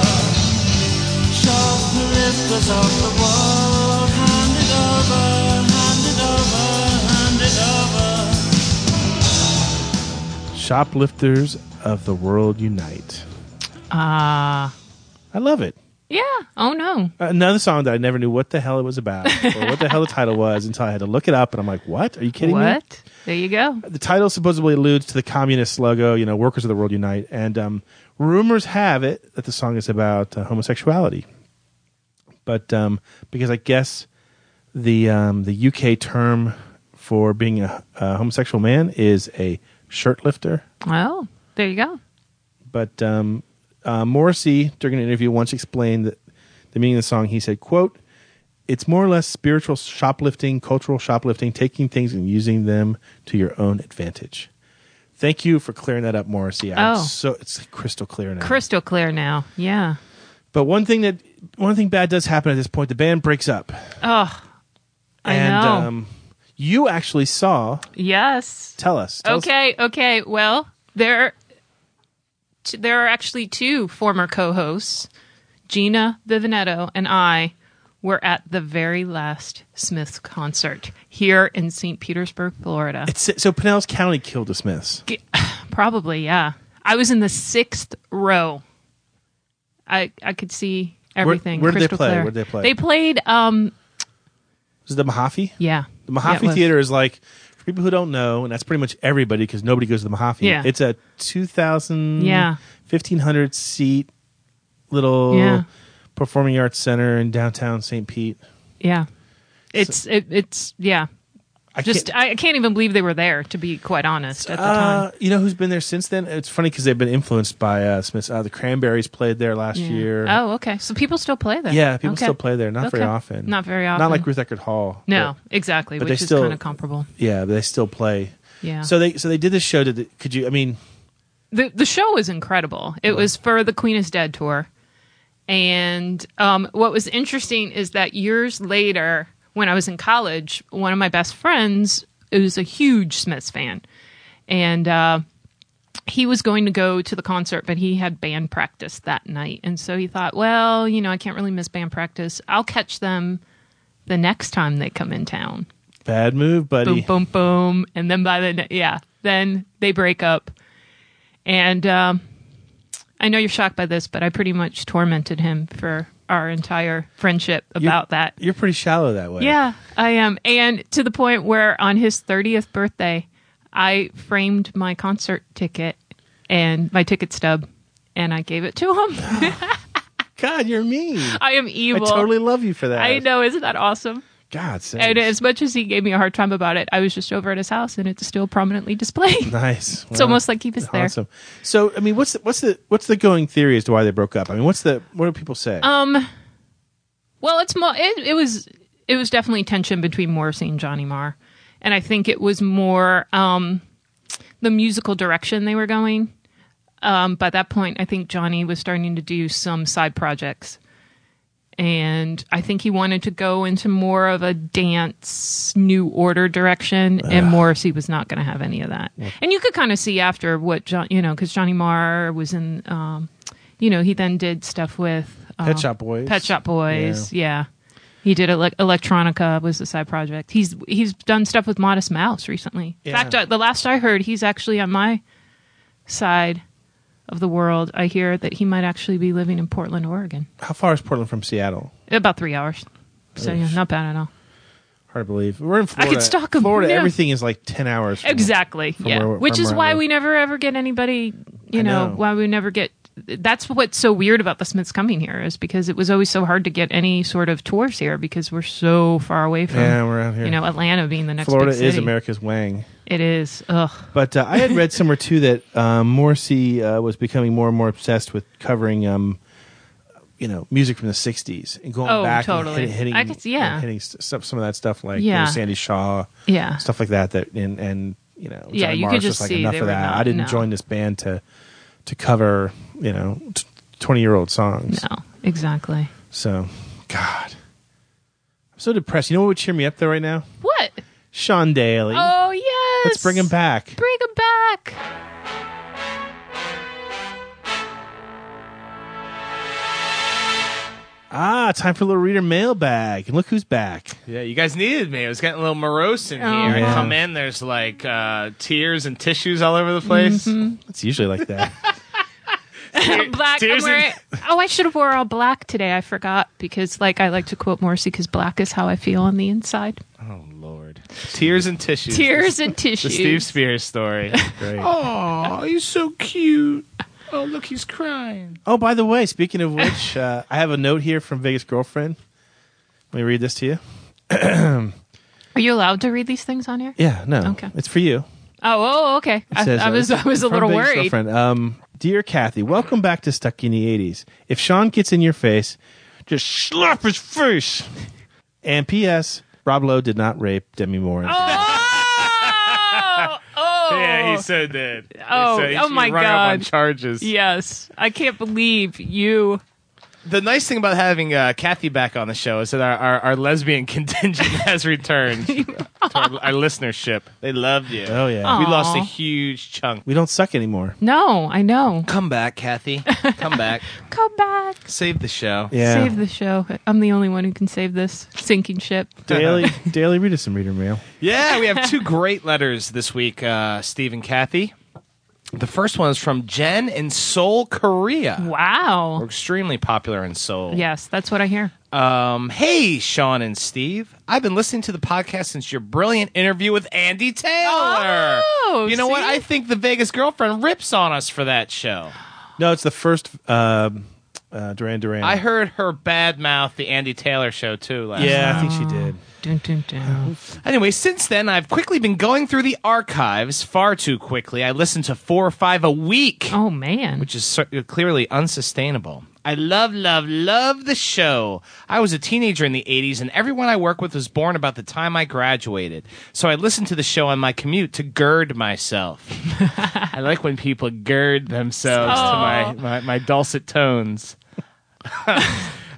J: Shoplifters of the world, hand it over, hand it over, hand it over.
A: Shoplifters of the world unite.
C: Ah.
A: I love it.
C: yeah. Oh no.
A: Another song that I never knew what the hell it was about or what the hell the title was until I had to look it up, and I'm like, "What? Are you kidding me?"
C: What? There you go.
A: the title supposedly alludes to the communist logo, you know, Workers of the World Unite. And um, rumors have it that the song is about uh, homosexuality. But um, because I guess the um, the UK term for being a, a homosexual man is a shirt lifter.
C: Oh, there you go.
A: But um, uh, Morrissey, during an interview, once explained that the meaning of the song. He said, "quote It's more or less spiritual shoplifting, cultural shoplifting, taking things and using them to your own advantage." Thank you for clearing that up, Morrissey. I'm
C: Oh.
A: so it's crystal clear now.
C: Crystal clear now. Yeah.
A: but one thing that one thing bad does happen at this point: the band breaks up,
C: Oh, I
A: and
C: know.
A: um, you actually saw.
C: yes.
A: Tell us. Tell us-
C: Okay. Okay. Well, there, t- there are actually two former co-hosts, Gina Vivanetto and I, were at the very last Smiths concert here in St. Petersburg, Florida.
A: It's- so Pinellas County killed the Smiths.
C: Probably, yeah. I was in the sixth row. I I could see everything.
A: where did they
C: crystal
A: play?
C: clear.
A: Where did they play?
C: They played. Um,
A: Was it the Mahaffey?
C: yeah.
A: The
C: Yeah, it
A: Mahaffey
C: was.
A: Theater is like for people who don't know, and that's pretty much everybody because nobody goes to the Mahaffey.
C: Yeah.
A: It's a 2000
C: Yeah.
A: 1500 seat little
C: Yeah.
A: performing arts center in downtown St. Pete.
C: Yeah. It's it, it's yeah.
A: I
C: Just
A: can't-
C: I, I can't even believe they were there. To be quite honest, at the
A: uh,
C: time.
A: you know who's been there since then? It's funny because they've been influenced by uh, Smiths. Uh, the Cranberries played there last
C: Yeah.
A: year.
C: Oh, okay. So people still play there.
A: yeah, people
C: Okay.
A: still play there. Not very
C: Okay.
A: often.
C: Not very often.
A: Not like Ruth Eckerd Hall.
C: No,
A: but-
C: exactly.
A: but
C: which
A: they
C: is
A: still-
C: kind of comparable.
A: yeah, but they still play.
C: Yeah.
A: So they so they did this show. Did it- could you? I mean,
C: the the show was incredible. It was for the Queen is Dead tour, and um, what was interesting is that years later, when I was in college, one of my best friends was a huge Smiths fan, and uh, he was going to go to the concert, but he had band practice that night, and so he thought, well, you know, I can't really miss band practice. I'll catch them the next time they come in town
A: bad move, buddy.
C: boom, boom, boom, and then by the ne- yeah, then they break up, and um, I know you're shocked by this, but I pretty much tormented him for our entire friendship about that.
A: You're pretty shallow that way.
C: Yeah, I am, and to the point where on his thirtieth birthday, I framed my concert ticket and my ticket stub, and I gave it to him.
A: God, you're mean.
C: I am evil.
A: I totally love you for that.
C: I know, isn't that awesome?
A: God, sakes.
C: And as much as he gave me a hard time about it, I was just over at his house, and it's still prominently displayed.
A: nice.
C: It's almost like he was there.
A: Awesome. So, I mean, what's the, what's the what's the going theory as to why they broke up? I mean, what's the what do people say?
C: Um, well, it's mo- it, it was it was definitely tension between Morrissey and Johnny Marr, and I think it was more um, the musical direction they were going. Um, by that point, I think Johnny was starting to do some side projects, and I think he wanted to go into more of a dance new order direction,
A: Ah.
C: and Morrissey was not going to have any of that. And you could kind of see after what John, you know, because Johnny Marr was in, um, you know, he then did stuff with uh,
A: Pet Shop Boys.
C: Pet Shop Boys, yeah. He did ele- electronica was the side project. He's he's done stuff with Modest Mouse recently. In
A: Yeah.
C: fact, uh, the last I heard, he's actually on my side of the world. I hear that he might actually be living in Portland, Oregon.
A: How far is Portland from Seattle?
C: About three hours. So yeah, not bad at all.
A: Hard to believe. We're in Florida.
C: could stalk 'em,
A: Florida,
C: yeah.
A: everything is like 10 hours. from-
C: Exactly.
A: From
C: yeah.
A: where-
C: Which
A: from
C: is
A: where I
C: why
A: live.
C: we never ever get anybody.
A: I
C: You know,
A: know.
C: why we never get. That's what's so weird about the Smiths coming here is because it was always so hard to get any sort of tours here because we're so far away from.
A: Yeah, we're out here.
C: You know, Atlanta being the next.
A: Florida
C: big city.
A: is America's Wang.
C: It is. Ugh.
A: But uh, I had read somewhere too that um, Morrissey uh, was becoming more and more obsessed with covering, um, you know, music from the '60s and going
C: Oh,
A: back and
C: totally.
A: hit- hitting,
C: I could- yeah.
A: and hitting st- some, some of that stuff like you
C: Yeah.
A: know, Sandy Shaw,
C: Yeah.
A: stuff like that. That and, and you know,
C: Yeah,
A: John
C: you could
A: Morris was
C: just
A: like
C: see
A: enough
C: they
A: of
C: were
A: that.
C: not-
A: I didn't
C: no.
A: join this band to to cover, you know, twenty-year-old songs.
C: No. Exactly.
A: So, God, I'm so depressed. You know what would cheer me up though right now?
C: What?
A: Sean Daly.
C: Oh yes.
A: Let's bring him back.
C: Bring him back.
A: Ah, time for a little reader mailbag. And look who's back.
B: Yeah, you guys needed me. It was getting a little morose in
C: Oh,
B: here. I come in, there's like uh, tears and tissues all over the place.
A: It's usually like that.
C: Mm-hmm. black. I'm
B: Tears in-
C: wearing, oh, I should have wore all black today. I forgot because, like, I like to quote Morrissey because black is how I feel on the inside.
B: Oh Lord, tears and tissues.
C: Tears and
B: The
C: tissues.
B: Steve Spears story. Oh, he's so cute. Oh, look, he's crying.
A: oh, by the way, speaking of which, uh, I have a note here from Vegas Girlfriend. Let me read this to you.
C: Are you allowed to read these things on here?
A: Yeah, no.
C: Okay.
A: It's for you.
C: Oh, oh, okay. I,
A: says,
C: I
A: uh,
C: was, I was a
A: from
C: little
A: Vegas
C: worried.
A: Girlfriend. Um, Dear Kathy, welcome back to Stuck in the 80s. If Sean gets in your face, just slap his face. And P.S. Rob Lowe did not rape Demi Moore.
C: Oh, oh,
B: Yeah, he so did. He
C: Oh,
B: so- he
C: oh
B: should be
C: my
B: rung up on
C: God.
B: charges.
C: yes. I can't believe you.
B: The nice thing about having uh, Kathy back on the show is that our, our, our lesbian contingent has returned to our, our listenership. They loved you.
A: Oh, yeah.
B: We lost a
C: Aw.
B: huge chunk.
A: We don't suck anymore.
C: No, I know.
B: Come back, Kathy. Come back.
C: Come back.
B: Save the show.
A: Yeah.
C: Save the show. I'm the only one who can save this sinking ship.
A: Daily, daily, read us some reader mail.
B: Yeah, we have two great letters this week, uh, Steve and Kathy. The first one is from Jen in Seoul, Korea. We're
C: Wow.
B: extremely popular in Seoul.
C: Yes, that's what I hear.
B: Um, hey, Sean and Steve. I've been listening to the podcast since your brilliant interview with Andy Taylor.
C: Oh,
B: you know what?
C: see?
B: I think the Vegas girlfriend rips on us for that show.
A: No, it's the first um, uh, Duran Duran.
B: I heard her bad mouth the Andy Taylor show too last
A: Yeah, I think she
C: Oh.
A: did.
C: Dun, dun, dun.
B: Anyway, since then, I've quickly been going through the archives far too quickly. I listen to four or five a week,
C: Oh, man.
B: which is cer- uh, clearly unsustainable. I love, love, love the show. I was a teenager in the 80s, and everyone I work with was born about the time I graduated. So I listened to the show on my commute to gird myself. I like when people gird themselves to my, my, my dulcet tones.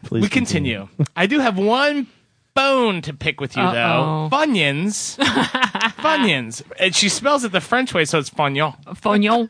A: Please
B: we continue. I do have one bone to pick with you,
C: Uh-oh.
B: though. Funyuns. Funyuns. And she spells it the French way, so it's funion.
C: Fognon.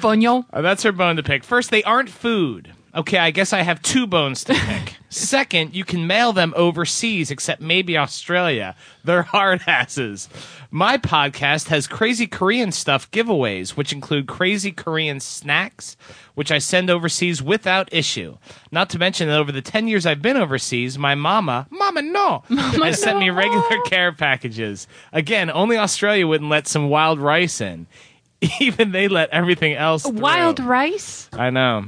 C: Fognon.
B: Uh, that's her bone to pick. First, they aren't food. Okay, I guess I have two bones to pick. Second, you can mail them overseas, except maybe Australia. They're hard asses. My podcast has crazy Korean stuff giveaways, which include crazy Korean snacks, which I send overseas without issue. Not to mention that over the 10 years I've been overseas, my mama, mama no, has sent me regular care packages. Again, only Australia wouldn't let some wild rice in. Even they let everything else through.
C: Wild rice?
B: I know.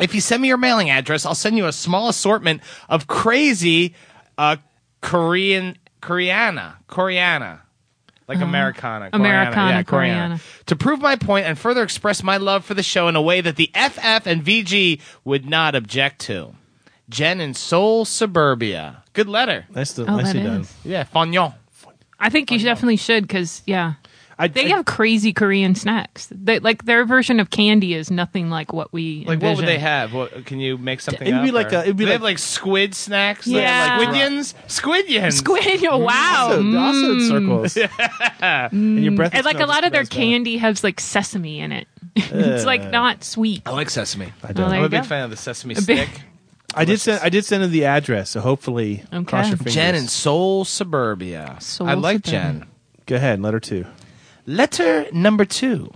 B: If you send me your mailing address, I'll send you a small assortment of crazy uh, Korean Koreana Koreana. Like Americana, Koreana,
C: Americana,
B: yeah, Koreana. To prove my point and further express my love for the show in a way that the FF and VG would not object to. Jen in Seoul, suburbia. Good letter.
A: Nice,
C: Oh,
A: nicely
C: that
A: done.
C: is.
B: Yeah, Fagnon.
C: I think you definitely should because, yeah.
A: I I,
C: They
A: I-
C: have crazy Korean snacks. They, like their version of candy is nothing like what we
B: Like what would
C: envision.
B: they have? What can you make something?
A: It'd be
B: up,
A: like
B: or-
A: a- it'd be
B: they
A: like-
B: have like squid snacks.
C: Yeah.
B: like squidians, squidians.
C: Squid, oh, wow.
B: Mm-hmm.
A: also, also
C: Mm.
A: in circles. And your breath.
C: And like a
A: smells
C: lot of their
A: smells bad.
C: candy has like sesame in it. it's like not sweet.
B: I like sesame. I
C: don't. Well, there
B: I'm
C: you
B: a big
C: go.
B: fan of the sesame
C: big-
B: stick.
A: I did send. I did send him the address. So hopefully,
C: Okay.
A: cross your fingers.
B: Jen in Seoul suburbia.
C: Seoul
B: I like
C: suburbia.
B: Jen.
A: Go ahead. Letter two.
B: Letter number two.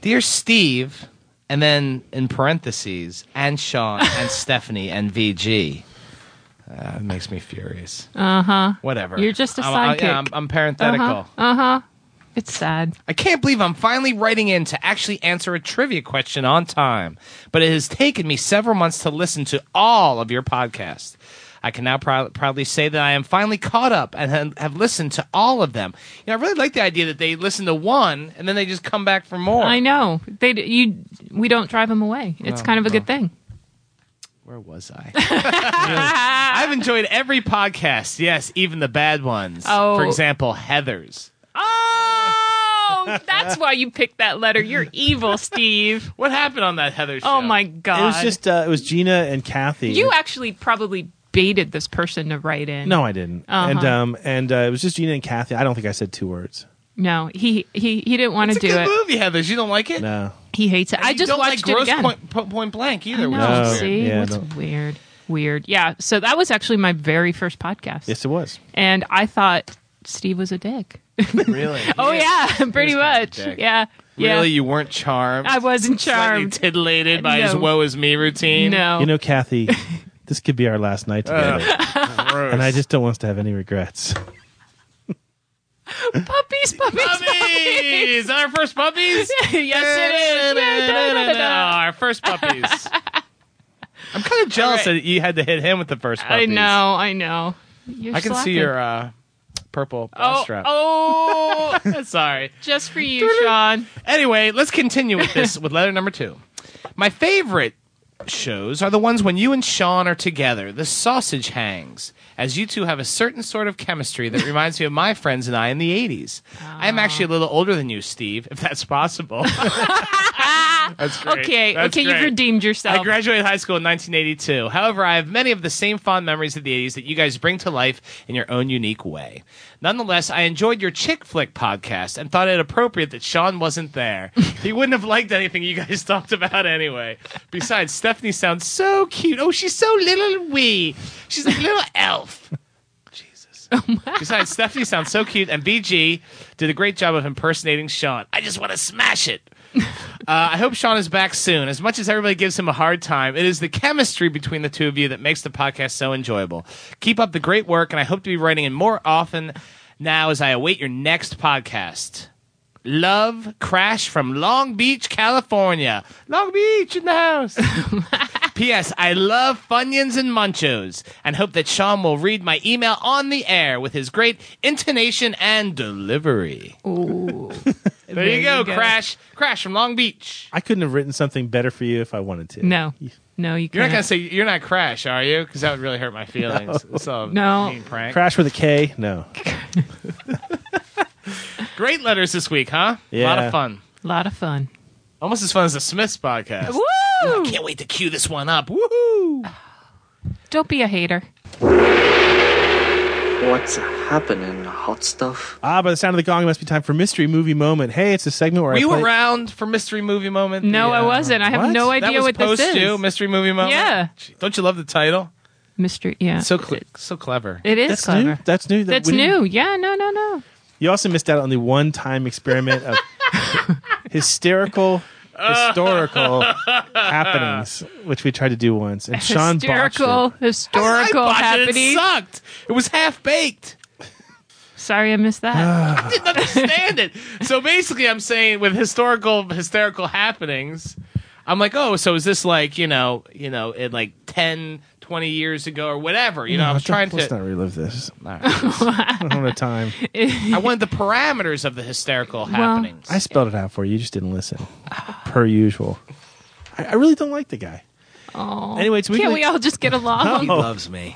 B: Dear Steve, and then in parentheses, and Sean and Stephanie and VG. Uh, it makes me furious. Uh huh. Whatever.
C: Uh-huh. You're just a
B: I'm- I-
C: sidekick. Uh-huh.
B: yeah, I'm, I'm parenthetical.
C: It's sad.
B: I can't believe I'm finally writing in to actually answer a trivia question on time, but it has taken me several months to listen to all of your podcasts. I can now prou- proudly say that I am finally caught up and ha- have listened to all of them. You know, I really like the idea that they listen to one and then they just come back for more.
C: I know. They d- you we don't drive them away. It's kind of a good thing.
B: Where was I? I've enjoyed every podcast, yes, even the bad ones.
C: Oh.
B: For example, Heather's.
C: Oh, that's why you picked that letter. You're evil, Steve.
B: What happened on that Heather show?
C: Oh my god.
A: It was just. Uh, it was Gina and Kathy.
C: you actually probably baited this person to write in.
A: no, I didn't.
C: Uh-huh.
A: And um and uh, it was just Gina and Kathy. I don't think I said two words.
C: No, he he he didn't want
B: It's
C: to
B: a
C: do
B: good
C: it.
B: movie, Heather's. You don't like it?
A: No.
C: He hates it. I
B: You
C: just
B: don't
C: watched
B: like
C: it
B: gross
C: again.
B: Point, po- point blank either. which
C: No,
B: is weird.
C: see,
A: Yeah,
C: what's
A: no.
C: weird? Weird. Yeah. So that was actually my very first podcast.
A: Yes, it was.
C: and I thought Steve was a dick.
B: Really?
C: Oh yeah, pretty
B: kind
C: much.
B: of a dick.
C: Yeah. Yeah.
B: Really, you weren't charmed?
C: I wasn't
B: Slightly
C: charmed.
B: titillated by his
C: No.
B: woe is me routine.
C: No.
A: You know, Kathy, this could be our last night together, and I just don't want us to have any regrets.
C: puppies, puppies, puppies.
B: Puppies! Our first puppies?
C: yes, it is. Yeah, da, da, da, da.
B: Our first puppies. I'm kind of jealous
C: All right.
B: that you had to hit him with the first
C: I
B: puppies.
C: know. I know. You're
B: I can
C: slacking.
B: see your uh, purple bra
C: Oh,
B: strap.
C: oh,
B: Sorry.
C: just for you, Sean.
B: Anyway, let's continue with this with letter number two. My favorite shows are the ones when you and Sean are together. The sausage hangs, as you two have a certain sort of chemistry that reminds me of my friends and I in the 80s. I'm actually a little older than you, Steve, if that's possible. that's great.
C: Okay,
B: That's
C: okay, you've
B: great.
C: redeemed
B: I
C: yourself.
B: graduated high school in 1982. However, I have many of the same fond memories of the 80s that you guys bring to life in your own unique way. Nonetheless, I enjoyed your chick flick podcast and thought it appropriate that Sean wasn't there. he wouldn't have liked anything you guys talked about anyway. Besides, Stephanie sounds so cute. Oh, she's so little and wee. She's like a little elf. Jesus. Besides, Stephanie sounds so cute, and BG did a great job of impersonating Sean. I just want to smash it. Uh, I hope Sean is back soon. As much as everybody gives him a hard time, it is the chemistry between the two of you that makes the podcast so enjoyable. Keep up the great work, and I hope to be writing in more often now as I await your next podcast. Love Crash from Long Beach, California. Long Beach in the house. P.S. I love Funyuns and Munchos and hope that Sean will read my email on the air with his great intonation and delivery.
C: Ooh.
B: There, you go, Crash. Crash from Long Beach.
A: I couldn't have written something better for you if I wanted to.
C: No, no, you
B: You're not
C: can't.
B: gonna say you're not Crash, are you? Because that would really hurt my feelings. So
C: No.
B: mean prank.
A: Crash with a K. No.
B: Great letters this week, huh? A lot
A: Yeah.
B: of fun.
C: A lot of fun.
B: Almost as fun as the Smiths podcast.
C: Woo!
B: Can't wait to cue this one up. Woohoo!
C: Don't be a hater.
J: What's happening, hot stuff?
A: Ah, by the sound of the gong, it must be time for mystery movie moment. Hey, it's a segment where
B: Were
A: I
B: you
A: play-
B: around for mystery movie moment?
C: No,
B: The,
C: I
B: uh,
C: wasn't. I have
A: what?
C: no
A: That
B: That
C: idea
B: was
C: what
B: post
C: this is.
B: to mystery movie moment.
C: Yeah.
B: Gee, Don't you love the title?
C: Mystery. Yeah,
B: So cle so clever.
C: it is
A: That's
C: clever.
A: new. That's new. That
C: That's
A: we didn't-
C: new. Yeah, no, no, no.
A: You also missed out on the one-time experiment of hysterical, historical happenings, which we tried to do once, and Sean botched
C: hysterical,
A: it.
C: historical
B: I botched it. It
C: happening.
B: sucked. It was half baked.
C: Sorry, I missed
A: Ah.
C: that.
B: didn't understand it. So basically, I'm saying with historical hysterical happenings, I'm like, oh, so is this like you know, you know, it like 10, 20 years ago or whatever? You know, I was
A: Let's not-
B: trying
A: Let's
B: to.
A: not relive this. I don't have time.
B: I wanted the parameters of the hysterical happenings.
A: I spelled it out for you. You just didn't listen, per usual. I, I really don't like the guy. Oh. Anyway, it's
C: Can't
A: weekly.
C: we all just get along?
J: Loves me.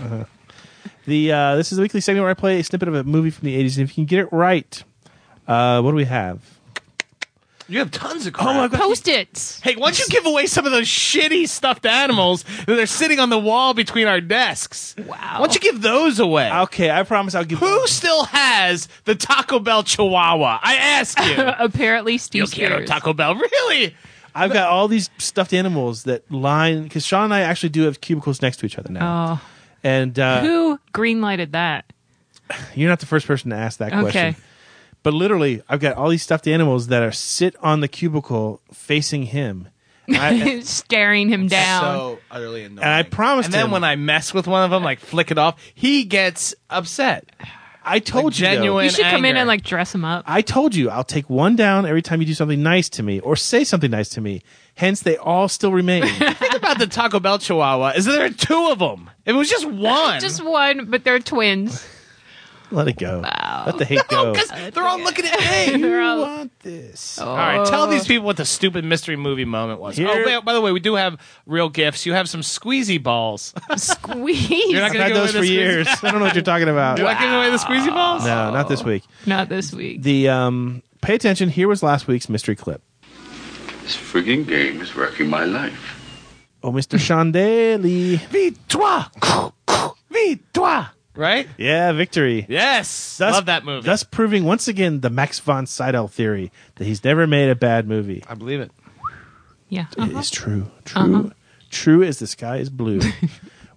A: the uh, this is the weekly segment where I play a snippet of a movie from the '80s, and if you can get it right, Uh, what do we have?
B: You have tons of crap.
C: Post its.
B: Hey, once you give away some of those shitty stuffed animals that are sitting on the wall between our desks,
C: Wow.
B: Why don't you give those away?
A: Okay, I promise I'll give.
B: Who still has the Taco Bell Chihuahua? I ask you.
C: uh, Apparently, Steve
B: you quiero
C: Spears.
B: Taco Bell, really?
A: I've got all these stuffed animals that line because Sean and I actually do have cubicles next to each other now.
C: Oh,
A: And uh,
C: who green lighted that?
A: you're not the first person to ask that
C: Okay,
A: question. But literally, I've got all these stuffed animals that are sit on the cubicle facing him. And I,
C: staring him down.
B: So utterly annoying.
A: And I promised
B: And then
A: him-
B: when I mess with one of them, like flick it off, he gets upset.
A: I told you though-
B: genuine-
C: you should come in
B: anger.
C: and like dress him up.
A: I told you I'll take one down every time you do something nice to me or say something nice to me. Hence, they all still remain.
B: Think about the Taco Bell Chihuahua. Is there are two of them? If it was Uh, just one,
C: Just one, but they're twins.
A: Let it go. Let the hate go.
B: because they're all looking at me. Uh,
C: They're
A: I
C: all-
A: want this.
B: All right, tell these people what the stupid mystery movie moment was.
A: Here-
B: Oh, wait, by the way, we do have real gifts. You have some squeezy balls.
C: squeeze.
B: You're
A: I've
B: not gonna
A: had
B: give away
A: those
B: the
A: for
B: squeezy-
A: years. I don't know what you're talking about.
B: Do I give away the squeezy balls?
A: No, not this week.
C: Not this week.
A: The um, pay attention. Here was last week's mystery clip.
G: This frigging game is wrecking my life.
A: Oh, Mr. Chandeli.
B: Victoire. Victoire. Right?
A: Yeah, victory.
B: Yes.
A: Thus-
B: Love that movie.
A: Thus proving once again the Max von Sydow theory that he's never made a bad movie.
B: I believe it.
C: Yeah.
A: It is true. True. True as the sky is blue.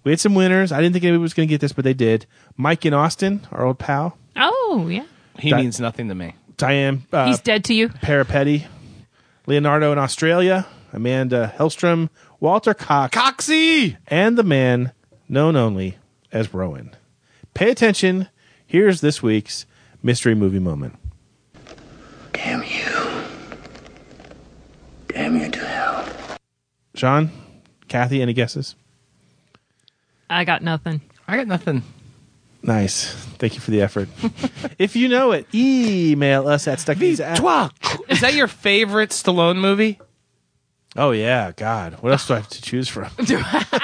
A: we had some winners. I didn't think anybody was going to get this, but they did. Mike in Austin, our old pal.
C: Oh yeah.
B: He
A: That-
B: means nothing to me.
A: Diane uh,
C: He's dead to you.
A: Parapetti. Leonardo in Australia. Amanda Hellstrom. Walter Cox.
B: Coxie.
A: and the man known only as Rowan. Pay attention. Here's this week's mystery movie moment.
J: Damn you. Damn you to hell.
A: Sean, Kathy, any guesses?
C: I got nothing.
B: I got nothing.
A: Nice. Thank you for the effort. if you know it, email us at stuckies at.
B: Is that your favorite Stallone movie?
A: Oh, yeah. God. What else do I have to choose from?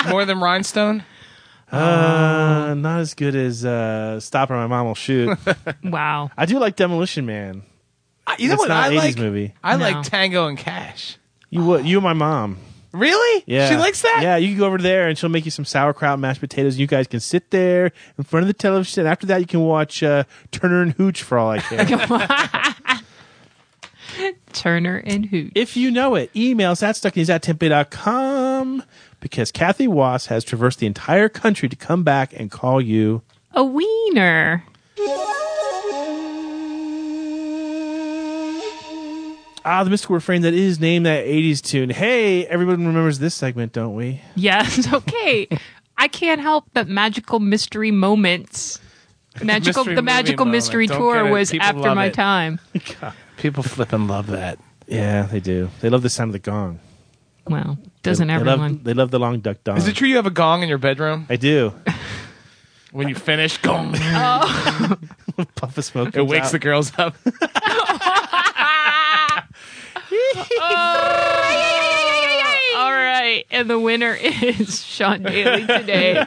B: More than Rhinestone?
A: Uh, not as good as uh, Stop or My Mom Will Shoot.
C: Wow.
A: I do like Demolition Man.
B: you know
A: It's
B: what
A: not an
B: I
A: 80s
B: like?
A: movie.
B: I
C: No.
B: like Tango and Cash.
A: You would. You and my mom.
B: Really?
A: Yeah.
B: She likes that?
A: Yeah, you can go over there and she'll make you some sauerkraut and mashed potatoes. You guys can sit there in front of the television. After that, you can watch uh, Turner and Hooch for all I care.
C: Turner and Hoot.
A: if you know it, email us at stucknews at tempe.com because Kathy Wass has traversed the entire country to come back and call you.
C: A wiener.
A: Ah, the mystical refrain that is named that 80s tune. Hey, everyone remembers this segment, don't we?
C: Yes. Okay. I can't help that magical mystery moments. Magical.
B: Mystery
C: the
B: movie
C: magical
B: moment.
C: mystery
B: Don't
C: tour
B: get it.
C: was
B: People
C: after
B: love
C: my
B: it.
C: time.
B: People flip and love that.
A: Yeah, they do. They love the sound of the gong.
C: Well, doesn't
A: they,
C: everyone?
A: They love, they love the long duck dong.
B: Is it true you have a gong in your bedroom?
A: I do.
B: When you finish, gong.
A: Puff of smoke.
B: It
A: comes
B: wakes
A: out.
B: the girls up.
C: All right, and the winner is Sean Daly today.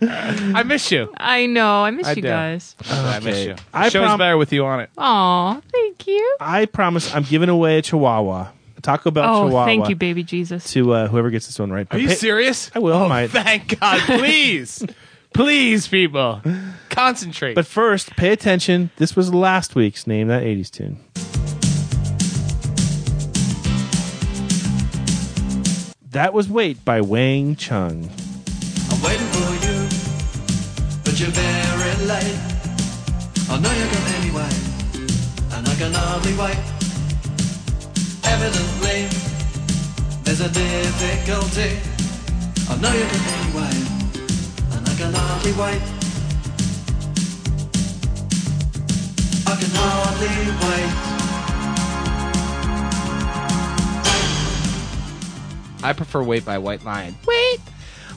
B: I miss you.
C: I know. I miss
B: I
C: you
B: do.
C: guys.
B: I miss you.
A: I
B: Show's
A: prom-
B: better with you on it.
C: Aw, thank you.
A: I promise I'm giving away a Chihuahua, a Taco Bell
C: Oh,
A: Chihuahua,
C: thank you, baby Jesus.
A: to uh, whoever gets this one right.
B: Are you serious?
A: I
B: Oh,
A: will. I might.
B: Thank God. Please. please, people. Concentrate.
A: But first, pay attention. This was last week's name that '80s tune. That was "Wait" by Wang Chung.
J: I'm waiting for you, but you're very late. I know you're gone anyway, and I can hardly wait. Evidently, there's a difficulty. I know you're gone anyway, and I can hardly wait. I can hardly wait.
B: I prefer Wait by White Lion. Wait.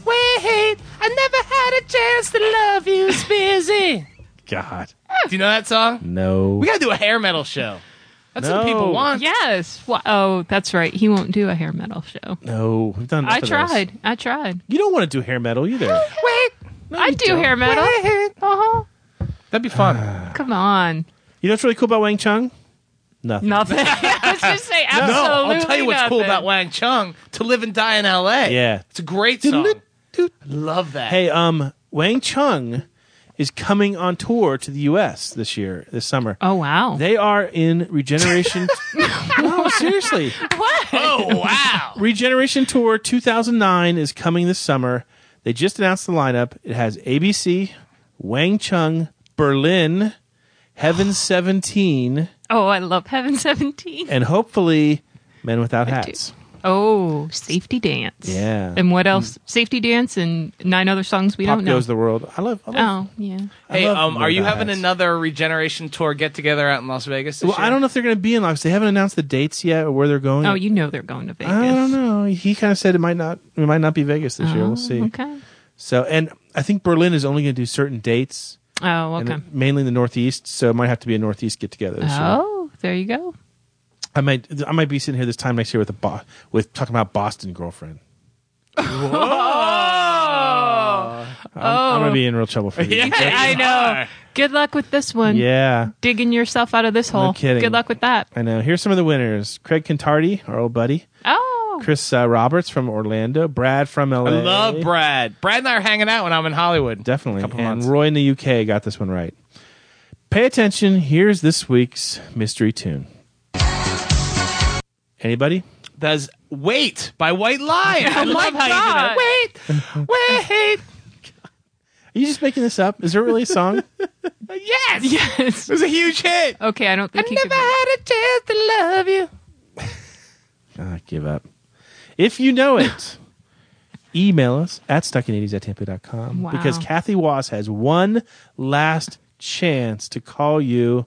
B: Wait. I never had a chance to love you, Spizzy.
A: God,
B: do you know that song?
A: no.
B: We got to do a hair metal show. That's
A: No.
B: what people want.
C: Yes. Wha- oh, that's right. He won't do a hair metal show.
A: no, we've done. enough
C: I
A: of those.
C: tried. I tried.
A: You don't want to do hair metal either.
C: Wait. I do hair metal. Uh huh.
B: That'd be fun.
C: Come on.
A: You know what's really cool about Wang Chung? Nothing.
C: Nothing. I was going to say
B: No,
C: absolutely
B: I'll tell you what's cool
C: nothing.
B: about Wang Chung to live and die in L.A.
A: Yeah.
B: it's a great
A: Didn't
B: song.
A: it- dude.
B: I love that.
A: Hey, um, Wang Chung is coming on tour to the U.S. this year, this summer.
C: Oh wow.
A: They are in Regeneration. no, seriously.
C: what?
B: oh wow!
A: Regeneration Tour 2009 is coming this summer. They just announced the lineup. It has ABC, Wang Chung, Berlin, Heaven 17,
C: Oh, I love Heaven 17.
A: and hopefully Men Without
C: I do.
A: Hats.
C: Oh, Safety Dance.
A: Yeah. Mm.
C: And what else? Safety Dance and nine other songs we
A: Pop
C: don't know.
A: goes Mm. the world. I love. I love
C: oh, yeah.
A: I
B: hey,
A: love
B: um,
A: Men
B: are you
A: Without
B: having
A: Hats.
B: another Regeneration tour get together out in Las Vegas? This
A: Well,
B: year?
A: I don't know if they're going to be in Las. They haven't announced the dates yet or where they're going.
C: Oh, you know they're going to Vegas. Oh,
A: I don't know. He kind of said it might not. It might not be Vegas this year. We'll see.
C: Okay.
A: So, and I think Berlin is only going to do certain dates,
C: Oh,
A: and
C: okay.
A: mainly in the Northeast. So it might have to be a Northeast get together. this year.
C: Oh, there you go.
A: I might I might be sitting here this time next year with a bo- with talking about Boston girlfriend. Whoa! I'm, I'm
B: Oh.
A: gonna be in real trouble for you.
C: I know. Good luck with this one.
A: Yeah,
C: Digging yourself out of this hole.
A: kidding.
C: Good luck with that.
A: I know. Here's some of the winners: Craig Cantardi, our old buddy,
C: Oh.
A: Chris uh, Roberts from Orlando, Brad from LA.
B: I love Brad. Brad and I are hanging out when I'm in Hollywood.
A: Definitely,
B: Couple
A: and
B: months.
A: Roy in the UK got this one right. Pay attention. Here's this week's mystery tune. Anybody?
B: Does "Wait" by White Lion. I love how
C: God.
B: you do that. Wait,
A: Are you just making this up? Is there really a song?
B: wait. Yes,
C: Yes.
B: it was a huge hit.
C: Okay, I don't think he could.
B: had a chance to love you.
A: I Ah, give up. If you know it, email us at stuckin80s at tampa.com
C: Wow.
A: because Kathy Wass has one last chance to call you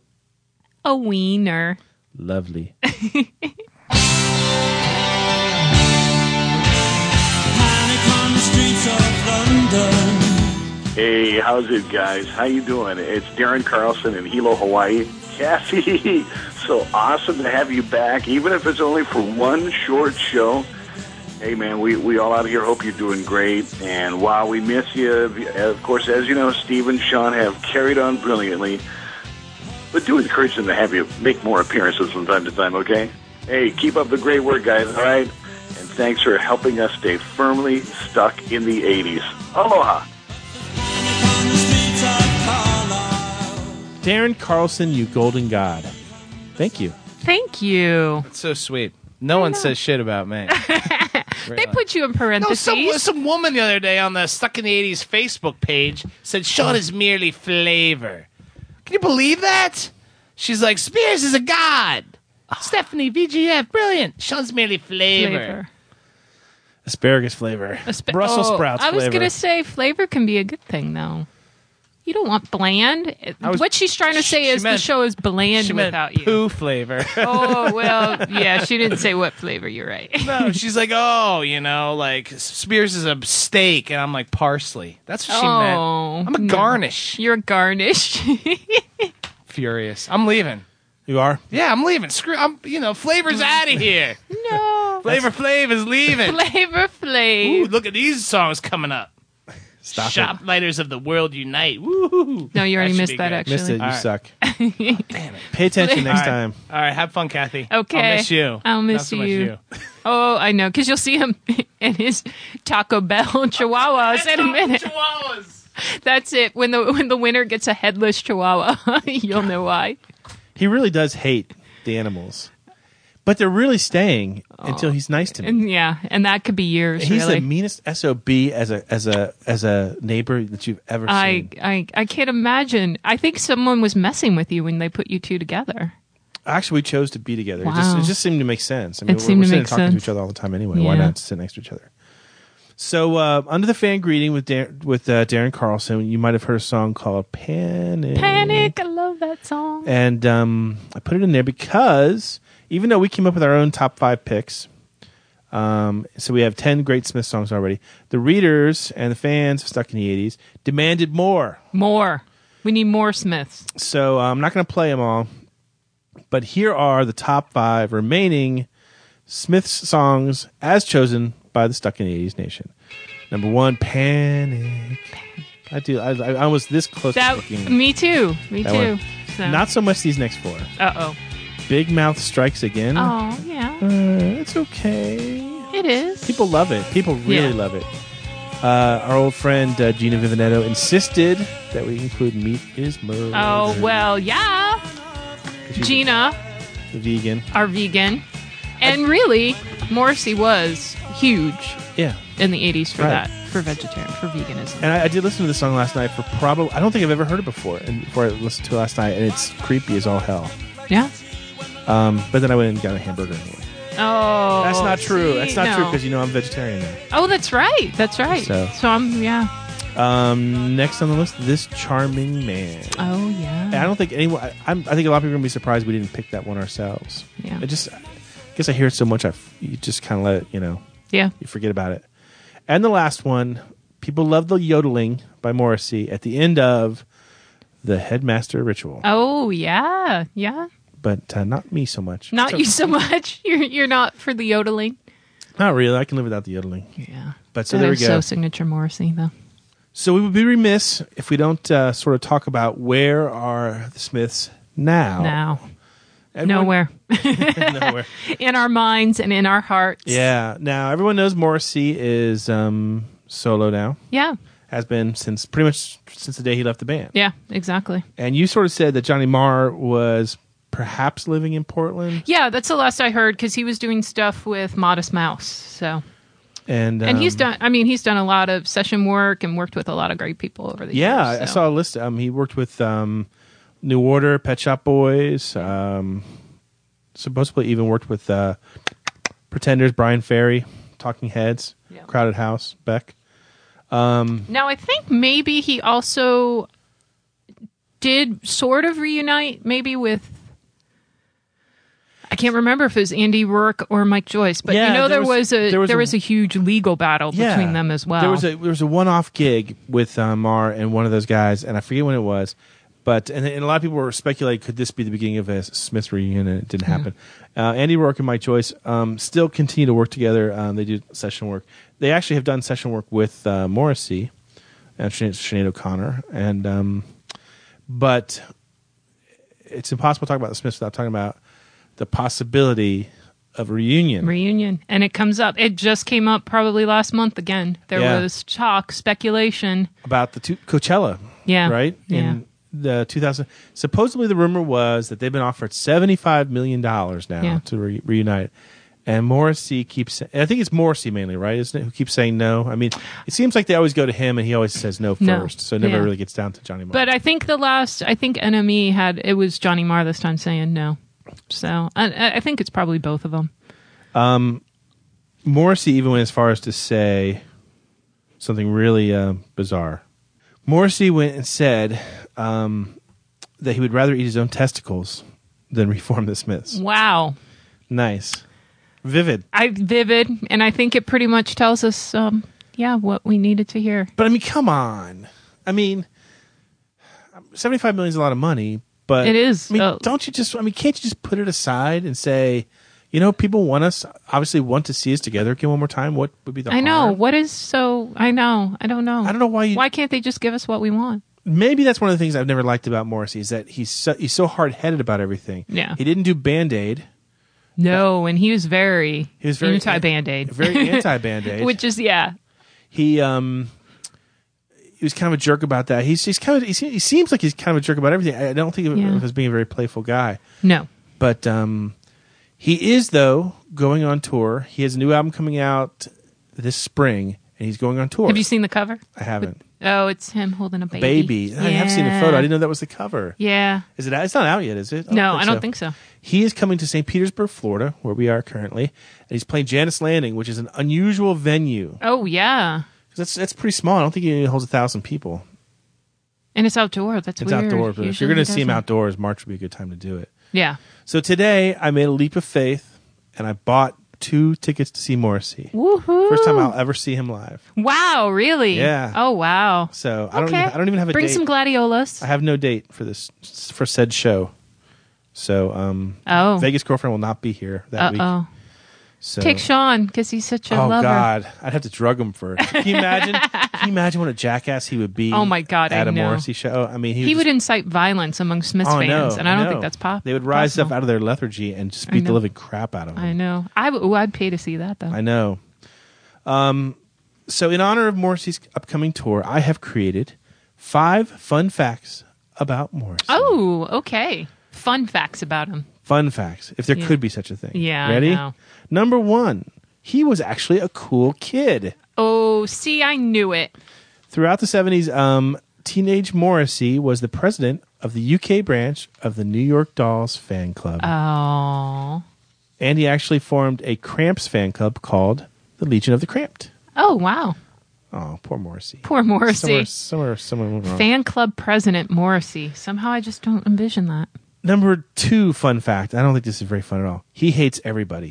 C: A wiener.
A: lovely.
J: Panic on the streets of London.
K: Hey, how's it, guys? How you doing? It's Darren Carlson in Hilo, Hawaii. Kathy, so awesome to have you back, even if it's only for one short show. Hey, man, we, we all out here hope you're doing great. And while we miss you, of course, as you know, Steve and Sean have carried on brilliantly. But do encourage them to have you make more appearances from time to time, okay? Hey, keep up the great work, guys, all right? And thanks for helping us stay firmly stuck in the 80s. Aloha.
J: On the streets of Carlisle.
A: Darren Carlson, you golden god. Thank you.
C: Thank you.
B: It's so sweet. No one says shit about me.
C: They put you in
B: No,
C: parentheses.
B: some, some woman the other day on the Stuck in the 80s Facebook page said Sean is merely flavor. Can you believe that? She's like, Spears is a god.
C: Ah.
B: Stephanie, VGF, brilliant. Sean's merely flavor.
C: flavor.
A: Asparagus flavor.
C: Aspa-
A: Brussels
C: oh,
A: sprouts
C: I was
A: flavor.
C: gonna say flavor can be a good thing though. You don't want bland.
A: was-
C: what she's trying to say
B: She
C: is
B: meant-
C: the show is bland
B: She
C: without
B: meant
C: you.
B: poo flavor.
C: Oh well, yeah. She didn't say what flavor. You're right.
B: no, she's like, oh, you know, like Spears is a steak, and I'm like parsley. That's what she
C: Oh,
B: meant. I'm a
C: no.
B: garnish.
C: You're garnish.
B: Furious. I'm leaving.
A: you are?
B: Yeah, I'm leaving. Screw. I'm. You know, flavor's
C: Mm.
B: out of here.
C: no
B: Flavor Flav is leaving.
C: flavor
B: Ooh,
C: flavor.
B: look at these songs coming up.
A: Stop it.
B: Shoplighters of the world unite. Woo!
C: No, you already
B: That should
C: missed
B: be
C: that.
B: good.
C: Actually,
A: Missed it. You
B: All right.
A: suck. Pay attention next
B: All right.
A: time.
B: All right, have fun, Kathy.
C: Okay.
B: I'll miss you.
C: I'll miss
B: Not so much
C: you. Oh, I know, because you'll see him in his Taco Bell chihuahuas in a minute.
B: Chihuahuas.
C: That's it. When the when the winner gets a headless chihuahua, you'll know why.
A: He really does hate the animals. But they're really staying until he's nice to me.
C: And yeah, and that could be years.
A: He's
C: really.
A: the meanest sob as a as a as a neighbor that you've ever
C: I,
A: seen.
C: I I can't imagine. I think someone was messing with you when they put you two together.
A: Actually, we chose to be together. It, just,
C: Wow.
A: it just seemed to make sense. I mean,
C: It
A: we're,
C: seemed
A: we're
C: to
A: sitting
C: make
A: talking to
C: sense.
A: each other all the time anyway. Why
C: Yeah.
A: not sit next to each other? So, uh, under the fan greeting with Dar- with uh, Darren Carlson, you might have heard a song called "Panic."
C: Panic! I love that song.
A: and um, I put it in there because even though we came up with our own top five picks, um, so we have ten great Smith songs already. The readers and the fans of stuck in the '80s demanded more.
C: More. We need more Smiths.
A: So uh, I'm not going to play them all, but here are the top five remaining Smith's songs as chosen by the Stuck in the 80s Nation. Number one, Panic. I do. I, I, I was this close
C: That
A: to picking
C: me too. Me
A: that
C: too.
A: one. Not so much these next four.
C: Uh oh.
A: Big Mouth Strikes Again.
C: Oh, yeah.
A: Uh, it's okay.
C: It is.
A: People love it. People really
C: Yeah.
A: love it. Uh, our old friend uh, Gina Vivanetto insisted that we include meat is murder.
C: Oh, well, yeah.
A: 'Cause she's
C: Gina,
A: a vegan.
C: our vegan. And really, Morrissey was huge
A: Yeah.
C: in the 80s for
A: Right.
C: that, for vegetarian, for veganism.
A: And I, I did listen to this song last night for probably I don't think I've ever heard it before. And before I listened to it last night, and it's creepy as all hell.
C: Yeah.
A: Um, but then I went and got a hamburger anyway.
C: Oh.
A: That's not true.
C: see?
A: That's not true
C: No.
A: because you know I'm vegetarian now.
C: Oh, that's right. That's right.
A: So-
C: So, I'm, yeah.
A: Um, next on the list, this charming man.
C: Oh, yeah.
A: And I don't think anyone. I, I'm, I think a lot of people are gonna be surprised we didn't pick that one ourselves.
C: Yeah.
A: I just I guess I hear it so much. I f- you just kind of let it, you know,
C: Yeah.
A: you forget about it. And the last one, people love the yodeling by Morrissey at the end of the Headmaster Ritual,
C: Oh, yeah. Yeah.
A: but uh, not me so much.
C: Not
A: So-
C: you so much. You're, you're not for the yodeling.
A: Not really. I can live without the yodeling.
C: Yeah.
A: But so there we
C: is
A: go.
C: So signature Morrissey, though.
A: So we would be remiss if we don't uh, sort of talk about where are the Smiths now?
C: Now.
A: Oh. Everyone-
C: Nowhere.
A: nowhere.
C: In our minds and in our hearts.
A: Yeah. Now everyone knows Morrissey is um, solo now.
C: Yeah.
A: Has been since pretty much since the day he left the band.
C: Yeah, exactly.
A: And you sort of said that Johnny Marr was perhaps living in Portland,
C: Yeah, that's the last I heard because he was doing stuff with Modest Mouse. So,
A: and
C: and
A: um,
C: he's done. I mean, he's done a lot of session work and worked with a lot of great people over the
A: Yeah,
C: years.
A: I
C: so.
A: saw a list. Um, he worked with um, New Order, Pet Shop Boys. Um, supposedly even worked with uh, Pretenders, Brian Ferry, Talking Heads,
C: Yeah.
A: Crowded House, Beck.
C: Now I think maybe he also did sort of reunite, maybe with. I can't remember if it was Andy Rourke or Mike Joyce, but
A: Yeah,
C: you know
A: there
C: there,
A: was-
C: was, a
A: there
C: there
A: was
C: was,
A: a-
C: a huge legal battle between them as well.
A: There was a there was a one off gig with uh, Mar and one of those guys, and I forget when it was. But and, and a lot of people were speculating could this be the beginning of a Smith reunion, and it didn't happen. Uh, Andy Rourke and Mike Joyce um, still continue to work together. Um, they do session work. They actually have done session work with uh, Morrissey and Sinead, Sinead O'Connor, and um, but it's impossible to talk about the Smiths without talking about the possibility of a reunion.
C: reunion and it comes up it just came up probably last month again there
A: Yeah.
C: was talk speculation
A: about the two, Coachella.
C: Yeah.
A: Right?
C: Yeah.
A: In the 2000 supposedly the rumor was that they've been offered 75 million dollars now
C: Yeah.
A: to re- reunite. And Morrissey keeps and I think it's Morrissey mainly, right? Isn't it who keeps saying no? I mean, it seems like they always go to him and he always says no first.
C: No.
A: So it never
C: Yeah.
A: really gets down to Johnny Marr.
C: but uh, i think the last i think nme had it was johnny marr this time saying no so i, I think it's probably both of them
A: Morrissey even went as far as to say something really uh, bizarre. Morrissey went and said um, that he would rather eat his own testicles than reform the Smiths.
C: wow
A: Nice. Vivid.
C: i vivid and i think it pretty much tells us um yeah what we needed to hear
A: But I mean, come on. I mean, 75 million is a lot of money, but
C: It is,
A: I mean,
C: uh,
A: don't you just, I mean, can't you just put it aside and say, you know, people want us, obviously want to see us together again one more time. What would be the
C: i know
A: harm?
C: what is so i know i don't know
A: I don't know why you-
C: why can't they just give us what we want
A: Maybe that's one of the things I've never liked about Morrissey is that he's so, he's so hard headed about everything.
C: Yeah.
A: He didn't do Band Aid.
C: no and he was very
A: He was very
C: anti-band-aid
A: Very anti Band Aid.
C: which is yeah
A: he um he was kind of a jerk about that. He's he's kind of he, se- he seems like he's kind of a jerk about everything. I I don't think of
C: Yeah.
A: him as being a very playful guy,
C: no
A: but um he is though going on tour. He has a new album coming out this spring, and he's going on tour.
C: have you seen the cover
A: I haven't.
C: Oh, it's him holding a baby.
A: Baby, I have seen a
C: Yeah.
A: photo. I didn't know that was the cover.
C: Yeah.
A: Is it? out? It's not out yet, is it?
C: No, I don't think so.
A: He is coming to St. Petersburg, Florida, where we are currently, and he's playing Janice Landing, which is an unusual venue.
C: Oh, yeah.
A: 'Cause That's that's pretty small. I don't think it holds a thousand people.
C: And it's outdoor. That's
A: It's
C: weird.
A: outdoor, but if you're
C: Usually
A: going to see him
C: doesn't.
A: outdoors, March would be a good time to do it.
C: Yeah.
A: So today, I made a leap of faith, and I bought two tickets to see Morrissey.
C: Woohoo.
A: First time I'll ever see him live.
C: Wow, really?
A: Yeah.
C: Oh, wow.
A: So I
C: okay.
A: don't. Even, I don't even have a
C: Bring
A: date.
C: some gladiolas.
A: I have no date for this for said show. So um,
C: Oh.
A: Vegas girlfriend will not be here that
C: Uh
A: week.
C: oh.
A: So,
C: Take Sean because he's such a
A: oh
C: lover.
A: God, I'd have to drug him first. Can you imagine? can you imagine what a jackass he would be?
C: Oh, my God, I
A: at a
C: know.
A: Morrissey show. Oh, I mean, he,
C: He,
A: would just
C: would incite violence among Smiths
A: Oh,
C: fans,
A: no,
C: and I don't
A: no.
C: think that's pop.
A: They would rise
C: possible.
A: up out of their lethargy and just
C: I
A: beat the
C: know.
A: living crap out of them.
C: I know. I w- ooh, I'd pay to see that though.
A: I know. Um, so, in honor of Morrissey's upcoming tour, I have created five fun facts about Morrissey.
C: Oh, okay. Fun facts about him.
A: Fun facts, if there
C: Yeah.
A: could be such a thing.
C: Yeah, I
A: Ready?
C: know.
A: Number one, he was actually a cool kid.
C: Oh, see, I knew it.
A: Throughout the 70s, um, Teenage Morrissey was the president of the UK branch of the New York Dolls fan club.
C: Uh. Oh.
A: and he actually formed a Cramps fan club called the Legion of the Cramped.
C: Oh, wow.
A: Oh, poor Morrissey.
C: Poor Morrissey.
A: Somewhere, somewhere, somewhere went wrong.
C: Fan club president Morrissey. Somehow I just don't envision that.
A: Number two fun fact. I don't think this is very fun at all. He hates everybody.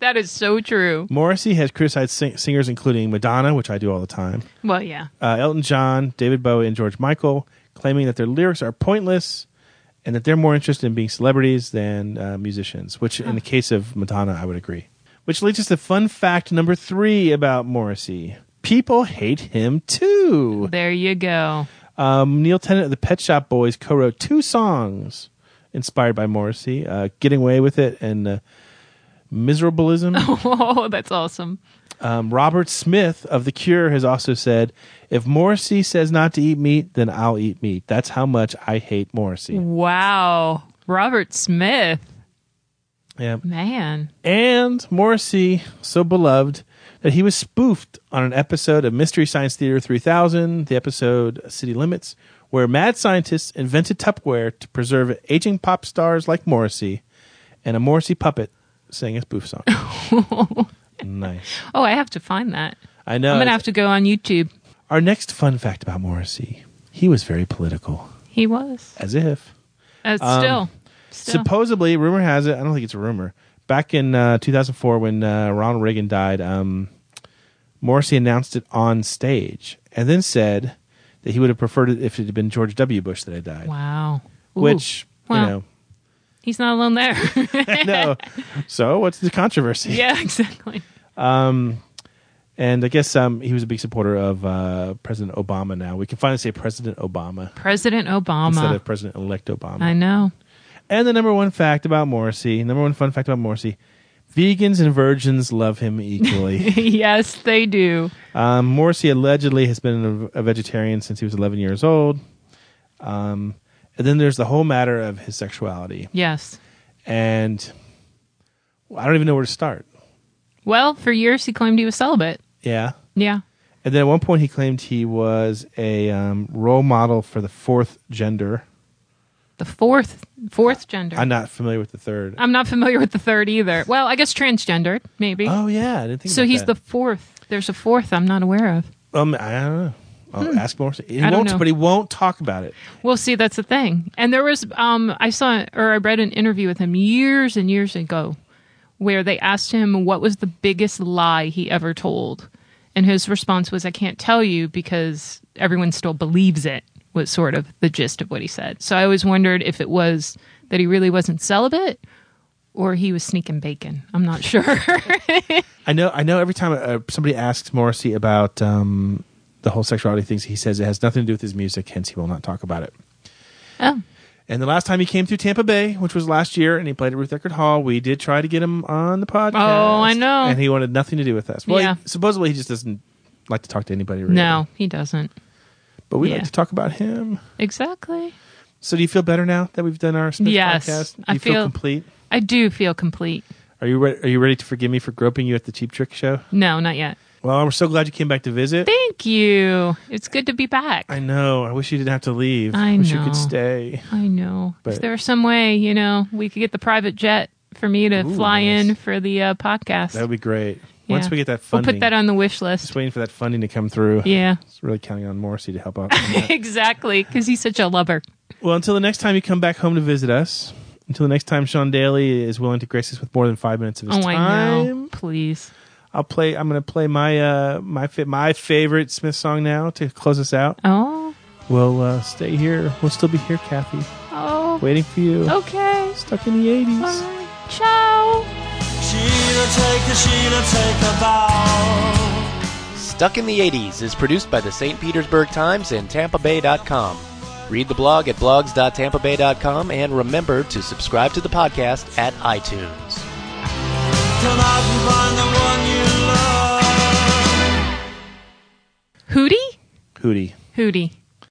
C: That is so true.
A: Morrissey has criticized sing- singers including Madonna, which I do all the time,
C: Well, yeah.
A: uh, Elton John, David Bowie, and George Michael, claiming that their lyrics are pointless and that they're more interested in being celebrities than uh, musicians, which in the case of Madonna, I would agree. Which leads us to fun fact number three about Morrissey. People hate him too.
C: There you go.
A: Um, Neil Tennant of the Pet Shop Boys co-wrote two songs inspired by Morrissey, uh, "Getting Away with It" and uh,
C: Oh.
A: "Miserableism."
C: Whoa, that's awesome.
A: um, Robert Smith of The Cure has also said, "If Morrissey says not to eat meat, then I'll eat meat. That's how much I hate
C: Mm.
A: Morrissey."
C: Wow. Robert Smith.
A: Yeah.
C: Man.
A: And Morrissey, so beloved that he was spoofed on an episode of Mystery Science Theater 3000, the episode City Limits, where mad scientists invented Tupperware to preserve aging pop stars like Morrissey, and a Morrissey puppet sang a spoof song. nice.
C: Oh, I have to find that.
A: I know.
C: I'm going to have to go on YouTube.
A: Our next fun fact about Morrissey he was very political,
C: He was.
A: as if.
C: Uh,
A: Um,
C: still. Still.
A: Supposedly, rumor has it. I don't think it's a rumor. Back in uh, 2004, when uh, Ronald Reagan died, um, Morrissey announced it on stage and then said that he would have preferred it if it had been George W. Bush that had died.
C: wow. Ooh.
A: Which
C: Wow.
A: you
C: He's not alone there.
A: know, no. So what's the controversy?
C: yeah, exactly.
A: And I guess um, he was a big supporter of uh, President Obama. Now we can finally say President Obama
C: President
A: instead
C: Obama.
A: of President Elect Obama.
C: I know.
A: And the number one fact about Morrissey, number one fun fact about Morrissey, vegans and virgins love him equally.
C: yes, they do.
A: Um, Morrissey allegedly has been a, a vegetarian since he was 11 years old. Um, and then there's the whole matter of his sexuality.
C: Yes.
A: And well, I don't even know where to start.
C: Well, for years he claimed he was celibate.
A: Yeah.
C: Yeah.
A: And then at one point he claimed he was a um, role model for the fourth gender.
C: The fourth fourth gender.
A: I'm not familiar with the third.
C: I'm not familiar with the third either. Well, I guess transgendered, maybe.
A: oh, yeah. I didn't think
C: so
A: about
C: he's
A: that.
C: the fourth. There's a fourth I'm not aware of.
A: Um, I don't know. I'll ask Morrissey. He
C: Hmm. I don't
A: won't,
C: know.
A: but he won't talk about it.
C: Well, see, that's the thing. And there was, um, I saw or I read an interview with him years and years ago where they asked him what was the biggest lie he ever told. And his response was, I can't tell you because everyone still believes it, was sort of the gist of what he said. So I always wondered if it was that he really wasn't celibate or he was sneaking bacon. I'm not sure.
A: I know. I know. Every time uh, somebody asks Morrissey about um, the whole sexuality things, he says it has nothing to do with his music. Hence, he will not talk about it.
C: oh,
A: And the last time he came through Tampa Bay, which was last year, and he played at Ruth Eckerd Hall, we did try to get him on the podcast.
C: Oh, I know.
A: And he wanted nothing to do with us. Well, he-
C: Yeah.
A: supposedly he just doesn't like to talk to anybody. Really.
C: no, he doesn't.
A: but we
C: yeah.
A: like to talk about him.
C: Exactly.
A: So, do you feel better now that we've done our Smith
C: Yes,
A: podcast? Do
C: I
A: you feel,
C: feel-
A: complete.
C: I do feel complete.
A: Are you re- are you ready to forgive me for groping you at the Cheap Trick Show?
C: No, not yet.
A: Well, we're so glad you came back to visit.
C: Thank you. It's good to be back.
A: I know. I wish you didn't have to leave.
C: I
A: wish you
C: know.
A: could stay.
C: I know.
A: But-
C: if there was some way, you know, we could get the private jet for me to
A: Ooh,
C: fly
A: nice.
C: in for the uh, podcast.
A: That would be great.
C: Yeah.
A: Once we get that
C: we'll
A: funding,
C: put that on the wish list.
A: just waiting for that funding to come through.
C: Yeah,
A: It's really counting on Morrissey to help out. on that.
C: exactly. Because he's such a lover.
A: well, until the next time you come back home to visit us, until the next time Sean Daly is willing to grace us with more than five minutes of his
C: Oh, I
A: time,
C: know. Please.
A: I'll play. I'm going to play my uh, my fa- my favorite Smith song now to close us out.
C: Oh.
A: We'll uh, stay here. We'll still be here, Kathy,
C: Oh.
A: waiting for you.
C: Okay.
A: Stuck in the '80s.
C: Bye. Ciao.
J: Sheila, take a Sheila, take a bow.
D: Stuck in the 80s is produced by the St. Petersburg Times and TampaBay.com. Read the blog at blogs.tampabay.com and remember to subscribe to the podcast at iTunes.
J: Come out and find the one you love.
C: Hootie?
A: Hootie.
C: Hootie.